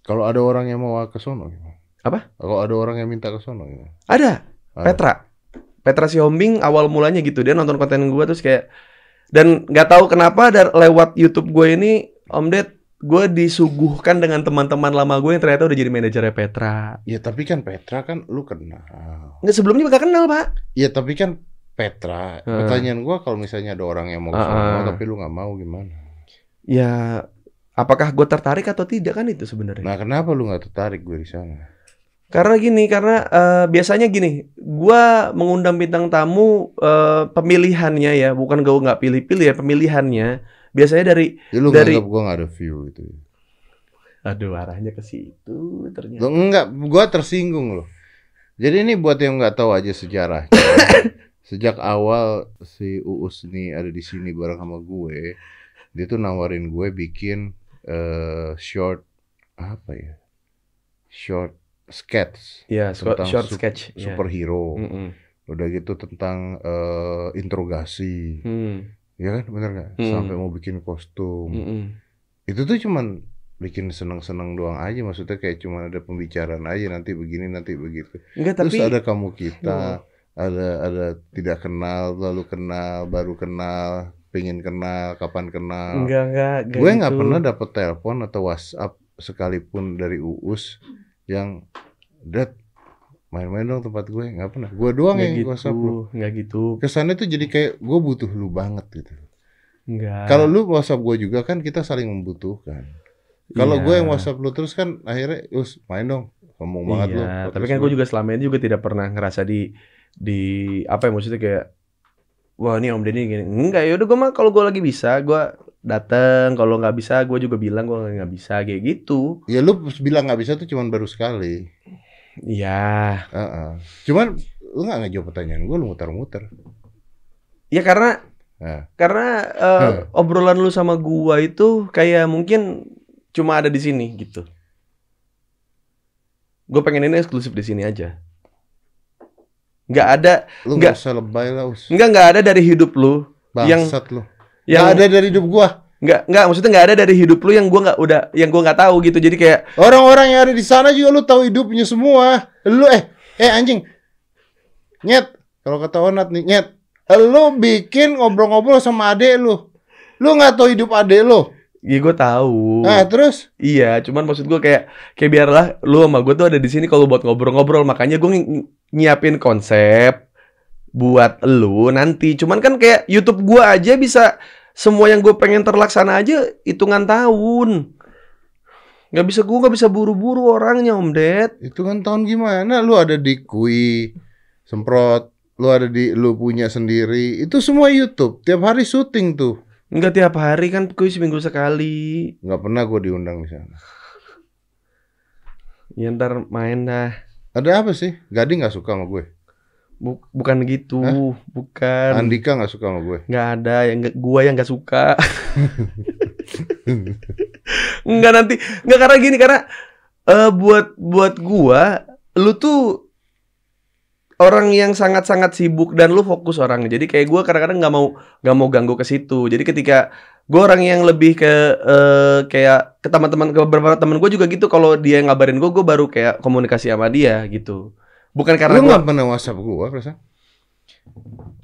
Speaker 2: Kalau ada orang yang mau ke sono gimana?
Speaker 1: Apa?
Speaker 2: Kalau ada orang yang minta ke sono gimana?
Speaker 1: Ada.
Speaker 2: Ada.
Speaker 1: Petra. Petra Sihombing awal mulanya gitu dia nonton konten gua terus kayak dan nggak tahu kenapa dar lewat YouTube gue ini Om Ded gue disuguhkan dengan teman-teman lama gue yang ternyata udah jadi manajernya Petra.
Speaker 2: Ya tapi kan Petra kan lu kenal.
Speaker 1: Nggak sebelumnya gak kenal pak?
Speaker 2: Ya tapi kan Petra.
Speaker 1: Hmm.
Speaker 2: Pertanyaan gua kalau misalnya ada orang yang mau ke
Speaker 1: Ah,
Speaker 2: sono
Speaker 1: ah.
Speaker 2: tapi lu nggak mau gimana?
Speaker 1: Ya apakah gue tertarik atau tidak kan itu sebenarnya?
Speaker 2: Nah kenapa lu nggak tertarik gue di sana?
Speaker 1: Karena gini, karena eh, biasanya gini, gua mengundang bintang tamu eh, pemilihannya ya, bukan gue nggak pilih-pilih ya pemilihannya. Biasanya dari,
Speaker 2: Ya lu
Speaker 1: Dari-
Speaker 2: nganggap gua nggak ada view gitu.
Speaker 1: aduh arahnya ke situ ternyata.
Speaker 2: Lu enggak, gua tersinggung loh. Jadi ini buat yang nggak tahu aja sejarah. Sejak awal si Uus nih ada di sini bareng sama gue, dia tuh nawarin gue bikin eh short apa ya? Short sketch
Speaker 1: Ya, sco-
Speaker 2: Tentang
Speaker 1: short
Speaker 2: Iya, sup-
Speaker 1: sketch. ya.
Speaker 2: superhero.
Speaker 1: Mm-mm.
Speaker 2: Udah gitu tentang eh, interogasi.
Speaker 1: Hmm,
Speaker 2: Ya kan bener nggak?
Speaker 1: Hmm.
Speaker 2: Sampai mau bikin kostum.
Speaker 1: mm-mm.
Speaker 2: Itu tuh cuman bikin seneng-seneng doang aja maksudnya kayak cuman ada pembicaraan aja nanti begini nanti begitu.
Speaker 1: Enggak tapi
Speaker 2: Terus ada kamu kita, ada ada tidak kenal, lalu kenal, baru kenal, pengen kenal, kapan kenal.
Speaker 1: enggak enggak enggak
Speaker 2: Gue nggak
Speaker 1: gitu.
Speaker 2: pernah dapet telepon atau WhatsApp sekalipun dari Uus yang Dad main-main dong tempat gue nggak pernah. Gue doang
Speaker 1: enggak
Speaker 2: yang
Speaker 1: gitu,
Speaker 2: WhatsApp lu.
Speaker 1: enggak gitu.
Speaker 2: Kesannya tuh jadi kayak gue butuh lu banget gitu.
Speaker 1: Enggak.
Speaker 2: Kalau lu WhatsApp gue juga kan kita saling membutuhkan. Kalau
Speaker 1: Iya.
Speaker 2: gue yang WhatsApp lu terus kan akhirnya us main dong, ngomong banget lu.
Speaker 1: Iya, tapi kan gue juga selama ini juga tidak pernah ngerasa di di apa ya maksudnya kayak wah ini Om Deddy gini. Enggak, ya udah gue mah kalau gue lagi bisa, gue dateng kalau nggak bisa gue juga bilang gue nggak bisa kayak gitu
Speaker 2: Ya lu bilang nggak bisa tuh cuman baru sekali.
Speaker 1: iya
Speaker 2: Heeh. Cuman lu nggak ngejawab pertanyaan gue, lu muter-muter.
Speaker 1: ya karena
Speaker 2: Nah.
Speaker 1: karena eh, obrolan lu sama gua itu kayak mungkin cuma ada di sini gitu gue pengen ini eksklusif di sini aja nggak ada
Speaker 2: Lu nggak
Speaker 1: Nggak.
Speaker 2: usah lebay lah, us.
Speaker 1: nggak nggak ada dari hidup lu Yang-
Speaker 2: Bangsat lu.
Speaker 1: yang
Speaker 2: Nggak ada dari hidup gua.
Speaker 1: nggak nggak maksudnya nggak ada dari hidup lu yang gua nggak udah yang gua nggak tahu gitu jadi kayak
Speaker 2: Orang-orang yang ada di sana juga lu tahu hidupnya semua. Lu eh eh anjing. Nyet. Kalau kata Onat nih, nyet. Lu bikin ngobrol-ngobrol sama adek lu. Lu nggak tahu hidup adek lu.
Speaker 1: ya gue tahu
Speaker 2: Nah, terus
Speaker 1: Iya, cuman maksud gue kayak kayak biarlah lu sama gue tuh ada di sini kalau buat ngobrol-ngobrol. Makanya gue nyiapin konsep buat lu nanti. Cuman kan kayak YouTube gue aja bisa semua yang gue pengen terlaksana aja hitungan tahun. Gak bisa gue gak bisa buru-buru orangnya Om Ded.
Speaker 2: itu kan tahun gimana? Lu ada di kui semprot, lu ada di lu punya sendiri. Itu semua YouTube. Tiap hari syuting tuh.
Speaker 1: Enggak tiap hari kan kuis seminggu sekali.
Speaker 2: nggak pernah gue diundang di sana.
Speaker 1: Ya ntar main dah.
Speaker 2: Ada apa sih? Gading nggak suka sama gue.
Speaker 1: Bu- bukan gitu, bukan.
Speaker 2: Andika nggak suka sama gue.
Speaker 1: nggak ada yang nggak- gua yang nggak suka nggak nanti nggak karena gini karena eh, buat buat gua lu tuh orang yang sangat-sangat sibuk dan lu fokus orangnya jadi kayak gua kadang-kadang nggak mau nggak mau ganggu ke situ jadi ketika gua orang yang lebih ke eh, kayak ke teman-teman ke beberapa teman gua juga gitu kalau dia yang ngabarin gua gua baru kayak komunikasi sama dia gitu bukan karena
Speaker 2: Lu
Speaker 1: gua
Speaker 2: nggak pernah WhatsApp gue, perasaan?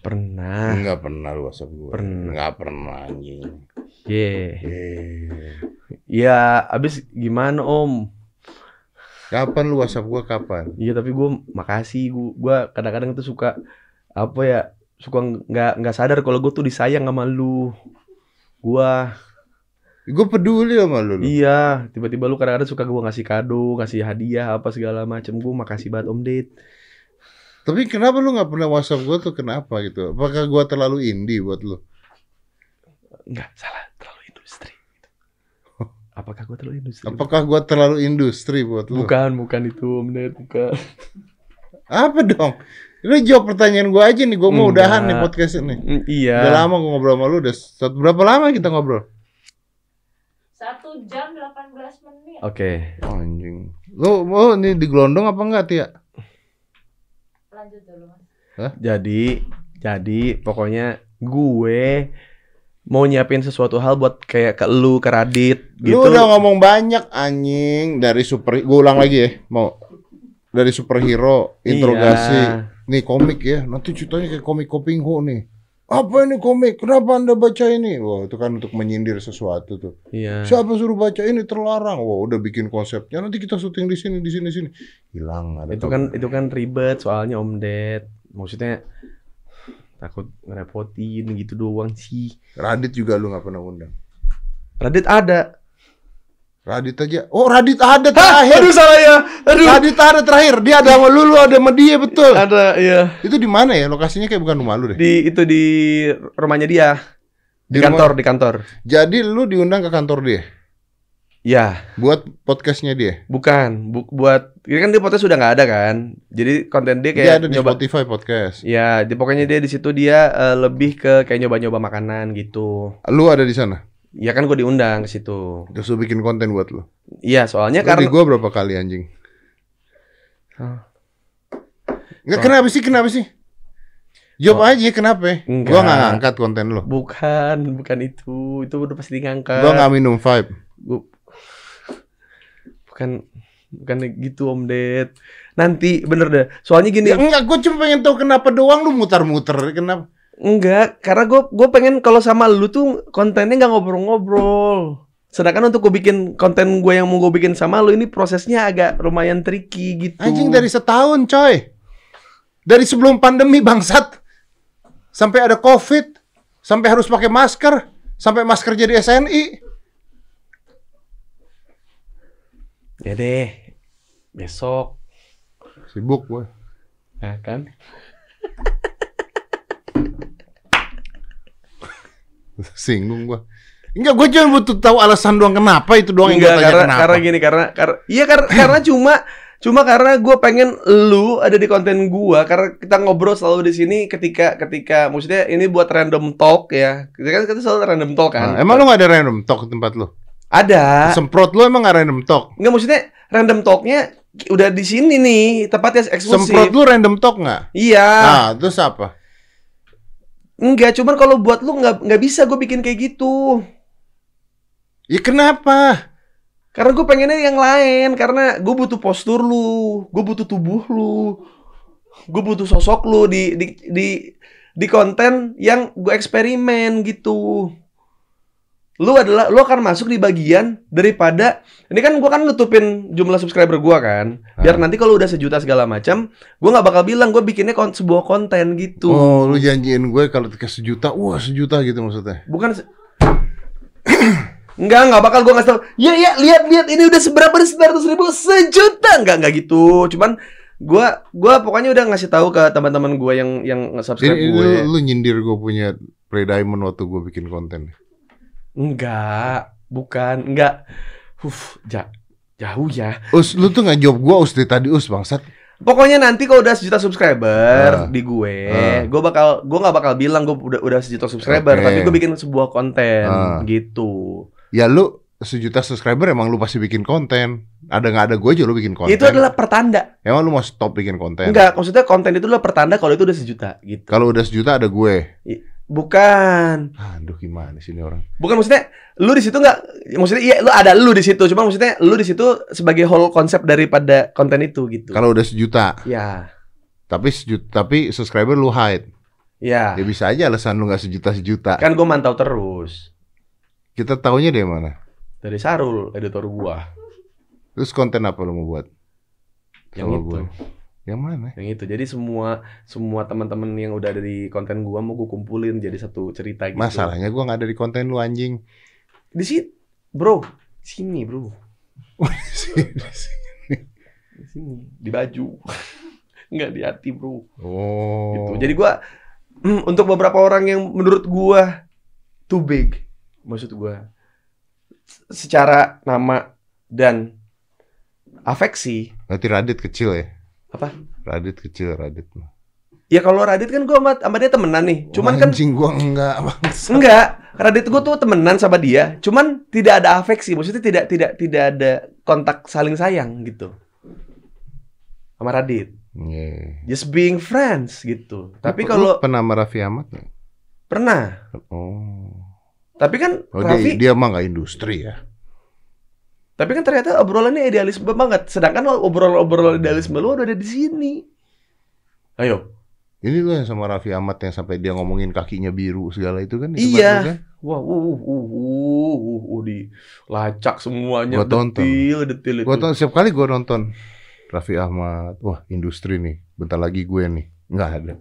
Speaker 1: pernah
Speaker 2: Enggak pernah lu WhatsApp gue.
Speaker 1: Pernah.
Speaker 2: Enggak pernah anjing.
Speaker 1: yeah. Iya.
Speaker 2: Eh,
Speaker 1: ya abis gimana om
Speaker 2: Kapan lu WhatsApp gue kapan?
Speaker 1: Iya tapi gue makasih gue gua kadang-kadang tuh suka apa ya suka nggak nggak sadar kalau gue tuh disayang sama lu. Gua
Speaker 2: Gue peduli sama lu. lu.
Speaker 1: iya tiba-tiba lu kadang-kadang suka gua ngasih kado, ngasih hadiah apa segala macem. Gue makasih banget Om Dit.
Speaker 2: Tapi kenapa lu nggak pernah WhatsApp gue tuh kenapa gitu? Apakah gue terlalu indie buat lu?
Speaker 1: Enggak salah terlalu industri. Apakah gue terlalu industri?
Speaker 2: Apakah gue terlalu industri buat lu?
Speaker 1: Bukan bukan itu Om Dit bukan.
Speaker 2: Apa dong? Lu jawab pertanyaan gue aja nih. Gue mau
Speaker 1: Enggak.
Speaker 2: udahan nih podcast ini.
Speaker 1: Mm, iya.
Speaker 2: Udah lama gue ngobrol sama lu. Udah satu- berapa lama kita ngobrol?
Speaker 3: Satu jam 18 menit.
Speaker 1: Oke.
Speaker 2: Anjing. Lu mau nih digelondong apa enggak Tia?
Speaker 3: Lanjut dulu mas.
Speaker 1: Jadi jadi pokoknya gue mau nyiapin sesuatu hal buat kayak ke lu, ke Radit gitu.
Speaker 2: Lu udah ngomong banyak anjing dari super gue ulang lagi ya mau dari superhero
Speaker 1: Iya.
Speaker 2: interogasi nih komik ya nanti ceritanya kayak komik kopingho nih apa ini komik kenapa anda baca ini wah itu kan untuk menyindir sesuatu tuh
Speaker 1: Iya.
Speaker 2: siapa suruh baca ini terlarang wah udah bikin konsepnya nanti kita syuting di sini di sini di sini hilang ada
Speaker 1: itu
Speaker 2: tahu.
Speaker 1: kan itu kan ribet soalnya Om Ded. Maksudnya takut ngerepotin gitu doang sih.
Speaker 2: Radit juga lu nggak pernah undang
Speaker 1: Radit ada.
Speaker 2: Radit aja oh Radit ada
Speaker 1: Hah,
Speaker 2: terakhir
Speaker 1: aduh salah ya. Aduh.
Speaker 2: Radit ada terakhir dia ada sama lu lu ada sama dia betul
Speaker 1: Ada ya.
Speaker 2: itu di mana ya lokasinya kayak bukan rumah lu deh
Speaker 1: Di itu di rumahnya dia. Di,
Speaker 2: rumah-
Speaker 1: kantor, di kantor.
Speaker 2: Jadi lu diundang ke kantor dia
Speaker 1: Ya,
Speaker 2: buat podcastnya dia.
Speaker 1: bukan Bu- buat ini kan dia podcast sudah nggak ada kan. Jadi konten dia
Speaker 2: dia
Speaker 1: kayak
Speaker 2: ada di
Speaker 1: nyoba
Speaker 2: Spotify podcast.
Speaker 1: Ya, di, pokoknya dia di situ dia eh, lebih ke kayak nyoba-nyoba makanan gitu.
Speaker 2: Lu ada di sana.
Speaker 1: Ya kan gue diundang ke situ.
Speaker 2: Terus lu bikin konten buat lu.
Speaker 1: Iya, soalnya
Speaker 2: Ya, di
Speaker 1: karena
Speaker 2: gua berapa kali anjing?
Speaker 1: Hah?
Speaker 2: Nggak,
Speaker 1: Oh.
Speaker 2: kenapa sih? Kenapa sih? Jawab aja kenapa?
Speaker 1: Enggak.
Speaker 2: Gua nggak ngangkat konten lu.
Speaker 1: bukan, bukan itu. Itu udah pasti ngangkat.
Speaker 2: Gua nggak minum vibe.
Speaker 1: Gua- bukan bukan gitu Om Ded. Nanti bener deh. Soalnya gini,
Speaker 2: Ya, enggak, gua cuma pengen tahu kenapa doang lu muter-muter. Kenapa?
Speaker 1: enggak karena gue gue pengen kalau sama lu tuh kontennya nggak ngobrol-ngobrol. Sedangkan untuk gue bikin konten gue yang mau gue bikin sama lu ini prosesnya agak lumayan tricky gitu.
Speaker 2: Anjing dari setahun, coy. Dari sebelum pandemi bangsat. Sampai ada Covid, sampai harus pakai masker, sampai masker jadi SNI.
Speaker 1: Ya deh. Besok.
Speaker 2: Sibuk gue.
Speaker 1: Nah, kan?
Speaker 2: Singgung gua. Enggak, gue cuma butuh tahu alasan doang kenapa itu doang yang gue
Speaker 1: Enggak,
Speaker 2: tanya
Speaker 1: karena,
Speaker 2: kenapa.
Speaker 1: karena gini, karena, karena iya karena, karena cuma cuma karena gue pengen lu ada di konten gua karena kita ngobrol selalu di sini ketika ketika maksudnya ini buat random talk ya kita kan kita selalu random talk kan Ah.
Speaker 2: Nah, emang lu gak ada random talk di tempat lu?
Speaker 1: ada
Speaker 2: Semprot lu emang gak random talk?
Speaker 1: nggak maksudnya random talknya udah di sini nih tempatnya eksklusif
Speaker 2: Semprot lu random talk gak?
Speaker 1: iya
Speaker 2: Nah, terus apa?
Speaker 1: enggak cuman kalau buat lu nggak nggak bisa gue bikin kayak gitu
Speaker 2: Ya kenapa?
Speaker 1: karena gue pengennya yang lain karena gue butuh postur lu gue butuh tubuh lu gue butuh sosok lu di di di di konten yang gue eksperimen gitu lu adalah lu akan masuk di bagian daripada ini kan gue kan nutupin jumlah subscriber gue kan biar
Speaker 2: Ah.
Speaker 1: nanti kalau udah sejuta segala macam gue nggak bakal bilang gue bikinnya kon- sebuah konten gitu
Speaker 2: Oh, lu janjiin gue kalau dikasih sejuta, wah sejuta gitu maksudnya.
Speaker 1: Bukan se- Enggak, enggak bakal gue ngasih tau Ya, ya, lihat, lihat Ini udah seberapa nih 900 ribu Sejuta Enggak, enggak gitu Cuman gua gua pokoknya udah ngasih tahu ke teman-teman gua yang yang
Speaker 2: Ini,
Speaker 1: nge-subscribe
Speaker 2: ini
Speaker 1: gue.
Speaker 2: lu, lu nyindir gue punya Play Diamond waktu gue bikin konten.
Speaker 1: Enggak, bukan, enggak. Uf, ja- jauh ya.
Speaker 2: Us, lu tuh gak jawab gue us dari tadi us bangsat.
Speaker 1: Pokoknya nanti kalau udah sejuta subscriber
Speaker 2: Ah.
Speaker 1: di gue,
Speaker 2: Ah.
Speaker 1: gue bakal gue nggak bakal bilang gue udah udah sejuta subscriber,
Speaker 2: Oke.
Speaker 1: tapi gue bikin sebuah konten
Speaker 2: Ah.
Speaker 1: gitu.
Speaker 2: Ya lu sejuta subscriber emang lu pasti bikin konten. Ada nggak ada gue aja lu bikin konten.
Speaker 1: Itu adalah pertanda.
Speaker 2: Emang lu mau stop bikin konten?
Speaker 1: Enggak, maksudnya konten itu adalah pertanda kalau itu udah sejuta gitu.
Speaker 2: Kalau udah sejuta ada gue.
Speaker 1: Bukan.
Speaker 2: Aduh gimana sih ini orang.
Speaker 1: Bukan maksudnya lu di situ nggak maksudnya iya lu ada lu di situ, cuma maksudnya lu di situ sebagai whole konsep daripada konten itu gitu.
Speaker 2: Kalau udah sejuta,
Speaker 1: Ya,
Speaker 2: tapi sejuta, tapi subscriber lu hide.
Speaker 1: ya.
Speaker 2: Ya bisa aja alasan lu nggak sejuta sejuta.
Speaker 1: Kan gue mantau terus
Speaker 2: Kita taunya dari mana?
Speaker 1: dari Sarul editor gua.
Speaker 2: Terus konten apa lu mau buat?
Speaker 1: Yang
Speaker 2: Kalau
Speaker 1: itu.
Speaker 2: gue. Yang mana?
Speaker 1: Yang itu. Jadi semua semua teman-teman yang udah ada di konten gua mau gue kumpulin jadi satu cerita gitu.
Speaker 2: Masalahnya gue nggak ada di konten lu anjing.
Speaker 1: Di sini, Bro. Sini, Bro. Di sini, di baju. Nggak di hati, Bro.
Speaker 2: oh.
Speaker 1: gitu. Jadi gua mm, untuk beberapa orang yang menurut gua too big maksud gua se- secara nama dan afeksi
Speaker 2: Nanti Radit kecil ya?
Speaker 1: Apa?
Speaker 2: Radit kecil, Radit.
Speaker 1: ya kalau Radit kan gua sama, sama dia temenan nih cuman kan
Speaker 2: Anjing gue enggak.
Speaker 1: enggak Radit gua tuh temenan sama dia cuman tidak ada afeksi maksudnya tidak tidak tidak ada kontak saling sayang gitu sama Radit
Speaker 2: Iya.
Speaker 1: just being friends gitu tapi
Speaker 2: Lu- lu
Speaker 1: kalau
Speaker 2: pernah sama Raffi Ahmad nggak?
Speaker 1: pernah
Speaker 2: Oh.
Speaker 1: tapi kan
Speaker 2: Oh,
Speaker 1: Raffi-
Speaker 2: dia, dia mah nggak industri ya.
Speaker 1: Tapi kan ternyata obrolannya idealisme banget. Sedangkan lo- obrolan-obrolan idealisme lu udah ada di sini. Ayo.
Speaker 2: Ini loh yang sama Raffi Ahmad yang sampai dia ngomongin kakinya biru segala itu kan?
Speaker 1: Iya. Wah, uh, uh, uh, uh, uh, uh, dilacak semuanya.
Speaker 2: Gua tonton.
Speaker 1: Detil, detil itu.
Speaker 2: Gue tonton setiap kali gue nonton Raffi Ahmad, wah industri nih. Bentar lagi gue nih. Nggak ada.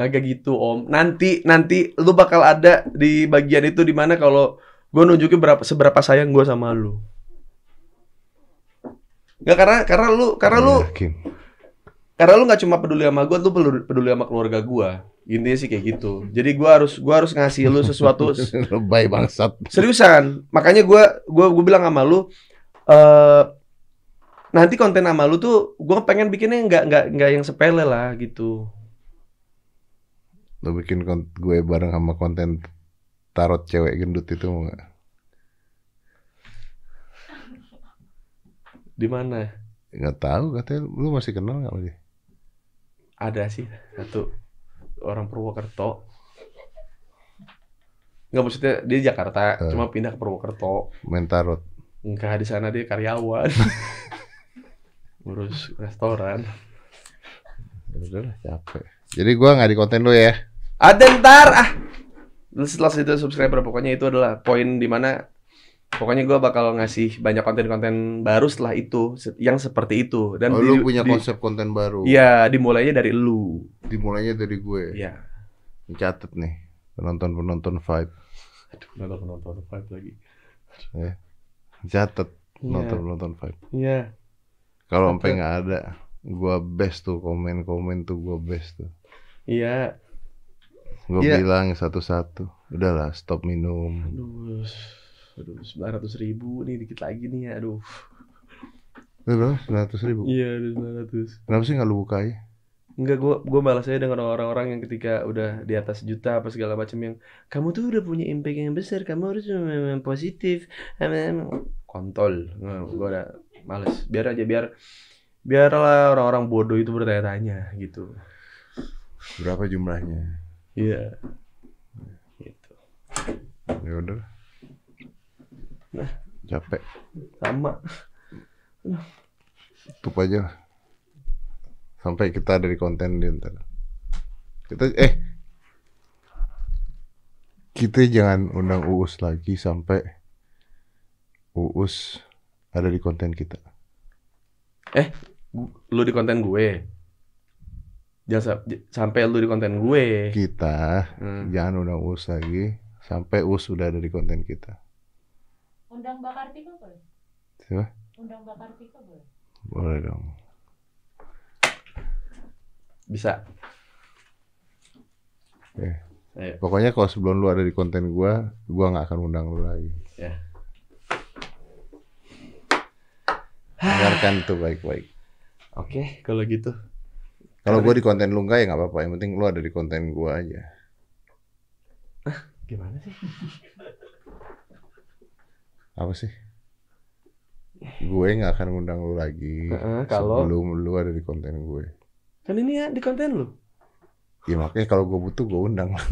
Speaker 1: Kagak gitu, Om. Nanti, nanti lu bakal ada di bagian itu di mana kalau gue nunjukin berapa seberapa sayang gue sama lu. Nggak karena karena lu karena lu
Speaker 2: Gua yakin.
Speaker 1: karena lu nggak cuma peduli sama gue, lu peduli, peduli sama keluarga gue. Intinya sih kayak gitu. Jadi gue harus gue harus ngasih lu sesuatu
Speaker 2: lebay bangsat.
Speaker 1: Seriusan, makanya gue gua gua bilang sama lu eh nanti konten sama lu tuh gue pengen bikinnya nggak nggak nggak yang sepele lah gitu.
Speaker 2: Lo bikin kon- gue bareng sama konten tarot cewek gendut itu mau nggak?
Speaker 1: Di mana?
Speaker 2: Nggak tahu katanya lu masih kenal nggak sama dia?
Speaker 1: Ada sih satu orang Purwokerto. Nggak maksudnya dia Jakarta,
Speaker 2: Eh.
Speaker 1: cuma pindah ke Purwokerto.
Speaker 2: Main tarot.
Speaker 1: Enggak di sana dia karyawan. Ngurus restoran.
Speaker 2: Ya udahlah capek. Jadi gua nggak di konten lu ya.
Speaker 1: Ada ntar ah. Lu Setelah itu subscriber pokoknya itu adalah poin dimana pokoknya gua bakal ngasih banyak konten-konten baru setelah itu se- yang seperti itu dan
Speaker 2: Oh,
Speaker 1: di-
Speaker 2: lu punya
Speaker 1: di-
Speaker 2: konsep konten baru.
Speaker 1: Iya, dimulainya dari lu.
Speaker 2: Dimulainya dari gue.
Speaker 1: Iya.
Speaker 2: Catet nih penonton penonton vibe.
Speaker 1: Aduh, nonton nonton vibe lagi.
Speaker 2: Catet penonton
Speaker 1: Iya.
Speaker 2: penonton vibe.
Speaker 1: Iya.
Speaker 2: Kalau
Speaker 1: Catet.
Speaker 2: sampai nggak ada, gua best tuh komen komen tuh gua best tuh.
Speaker 1: Iya.
Speaker 2: Gua
Speaker 1: Iya.
Speaker 2: bilang satu satu. udahlah stop minum
Speaker 1: Aduh, aduh, sembilan ratus ribu nih dikit lagi nih ya, aduh.
Speaker 2: udah sembilan ratus ribu
Speaker 1: Iya, udah sembilan ratus.
Speaker 2: kenapa sih nggak lu buka aja
Speaker 1: Enggak, gue gue malas aja dengan orang-orang yang ketika udah di atas juta apa segala macam yang kamu tuh udah punya impact yang besar, kamu harus memang positif. Em, em, Kontol, gue udah males. Biar aja biar biarlah orang-orang bodoh itu bertanya-tanya gitu.
Speaker 2: berapa jumlahnya
Speaker 1: Iya. Gitu.
Speaker 2: ya udah
Speaker 1: Nah.
Speaker 2: capek
Speaker 1: Sama.
Speaker 2: tutup aja lah. sampai kita dari konten di ntar kita eh kita jangan undang uus lagi sampai uus ada di konten kita
Speaker 1: Gu- Lu di konten gue. Jangan sa- j- sampai lu di konten gue.
Speaker 2: kita
Speaker 1: Hmm.
Speaker 2: jangan undang uus lagi sampai uus sudah ada di konten kita
Speaker 3: Undang Bakar Tika boleh?
Speaker 2: Siapa?
Speaker 3: Undang Bakar Tika boleh?
Speaker 2: boleh dong
Speaker 1: Bisa. Iya.
Speaker 2: Eh.
Speaker 1: Ayo.
Speaker 2: pokoknya kalau sebelum lu ada di konten gua gua nggak akan undang lu lagi
Speaker 1: Ya.
Speaker 2: dengarkan tuh baik-baik
Speaker 1: Oke, kalau gitu.
Speaker 2: kalau gua di konten lu enggak ya nggak apa-apa yang penting lu ada di konten gua aja
Speaker 1: Gimana sih?
Speaker 2: apa sih? Gue nggak akan ngundang lu lagi.
Speaker 1: Heeh, kalau-
Speaker 2: sebelum lu ada di konten gue.
Speaker 1: Kan ini ya di konten lu.
Speaker 2: Ya makanya kalau gue butuh gue undang lah.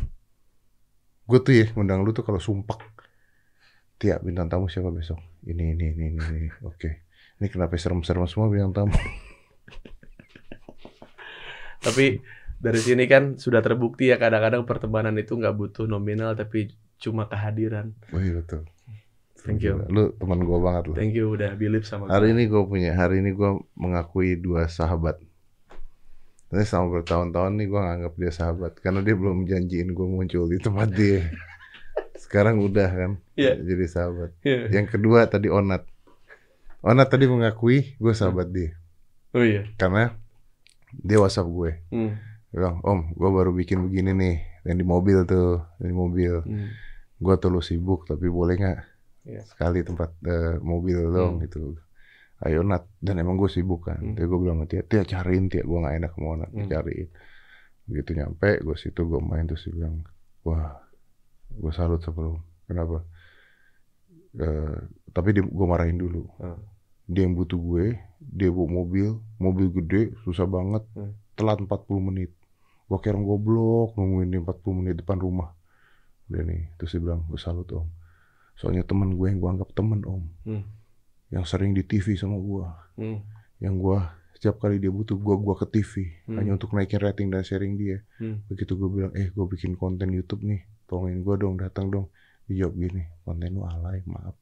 Speaker 2: Gue tuh ya ngundang lu tuh kalau sumpek. Tiap bintang tamu siapa besok? Ini ini ini ini. ini. Oke. Ini kenapa serem-serem semua bintang tamu?
Speaker 1: Tapi dari sini kan sudah terbukti ya kadang-kadang pertemanan itu nggak butuh nominal tapi cuma kehadiran.
Speaker 2: Oh iya betul.
Speaker 1: Thank you.
Speaker 2: Lu teman gue banget lu.
Speaker 1: Thank you udah Bilip sama gue.
Speaker 2: Hari ini gue punya, hari ini gue mengakui dua sahabat. Tapi selama bertahun-tahun nih gue nganggap dia sahabat karena dia belum janjiin gue muncul di tempat dia. Sekarang udah kan,
Speaker 1: Iya.
Speaker 2: jadi sahabat.
Speaker 1: Iya.
Speaker 2: Yang kedua tadi Onat. Onat tadi mengakui gue
Speaker 1: Iya.
Speaker 2: sahabat dia
Speaker 1: Oh iya.
Speaker 2: karena dia WhatsApp gue.
Speaker 1: Hmm.
Speaker 2: Dia bilang, Om, gue baru bikin begini nih yang di mobil tuh, yang di mobil.
Speaker 1: Hmm.
Speaker 2: Gue tuh lu sibuk tapi boleh nggak
Speaker 1: Iya.
Speaker 2: sekali tempat eh, mobil dong
Speaker 1: Hmm.
Speaker 2: gitu ayo Nat dan emang gue sibuk kan
Speaker 1: Hmm.
Speaker 2: Jadi gue bilang sama Tia Tia cariin Tia gue gak enak mau Nat
Speaker 1: Hmm.
Speaker 2: cariin gitu nyampe gue situ gue main terus dia bilang wah gue salut sama lu kenapa Eh, tapi dia, gue marahin dulu
Speaker 1: Hmm.
Speaker 2: dia yang butuh gue dia bawa mobil mobil gede susah banget
Speaker 1: Hmm.
Speaker 2: telat 40 menit gue kira goblok nungguin dia 40 menit depan rumah dia nih terus dia bilang gue salut om soalnya temen gue yang gue anggap temen om
Speaker 1: Hmm.
Speaker 2: yang sering di TV sama gue
Speaker 1: Hmm.
Speaker 2: yang gue setiap kali dia butuh gue gue ke TV
Speaker 1: Hmm.
Speaker 2: hanya untuk naikin rating dan sharing dia
Speaker 1: Hmm.
Speaker 2: begitu gue bilang eh gue bikin konten YouTube nih tolongin gue dong datang dong dia jawab gini konten lu alay maaf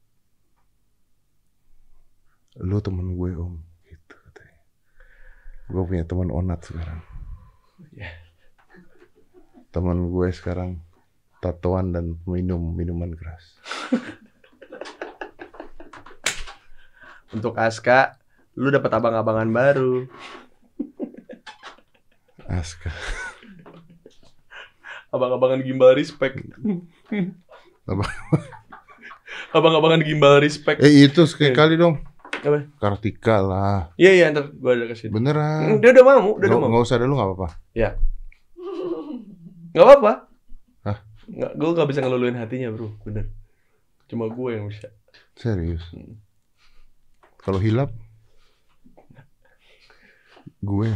Speaker 2: lu temen gue om gitu katanya gue punya teman onat sekarang
Speaker 1: Ya.
Speaker 2: teman gue sekarang tatoan dan minum minuman keras
Speaker 1: Untuk Aska, lu dapat abang-abangan baru.
Speaker 2: Aska
Speaker 1: Abang-abangan gimbal respect.
Speaker 2: Abang-
Speaker 1: Abang-abangan gimbal respect.
Speaker 2: eh itu sekali kali dong
Speaker 1: Apa?
Speaker 2: Kartika lah
Speaker 1: Iya iya ntar gua ada kesini.
Speaker 2: beneran
Speaker 1: Dia udah mau, dia udah
Speaker 2: nggak
Speaker 1: mau.
Speaker 2: nggak usah dulu nggak apa-apa
Speaker 1: Gak Ya. apa-apa.
Speaker 2: Hah?
Speaker 1: Nggak, gue gak bisa ngeluluin hatinya bro, bener. Cuma gue yang bisa.
Speaker 2: Serius.
Speaker 1: Hmm.
Speaker 2: Kalau hilap gue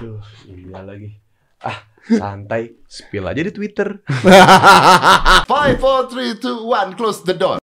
Speaker 1: Aduh, iya lagi. Ah, santai. Spill aja di Twitter.
Speaker 2: 5 4 3 2 1 close the door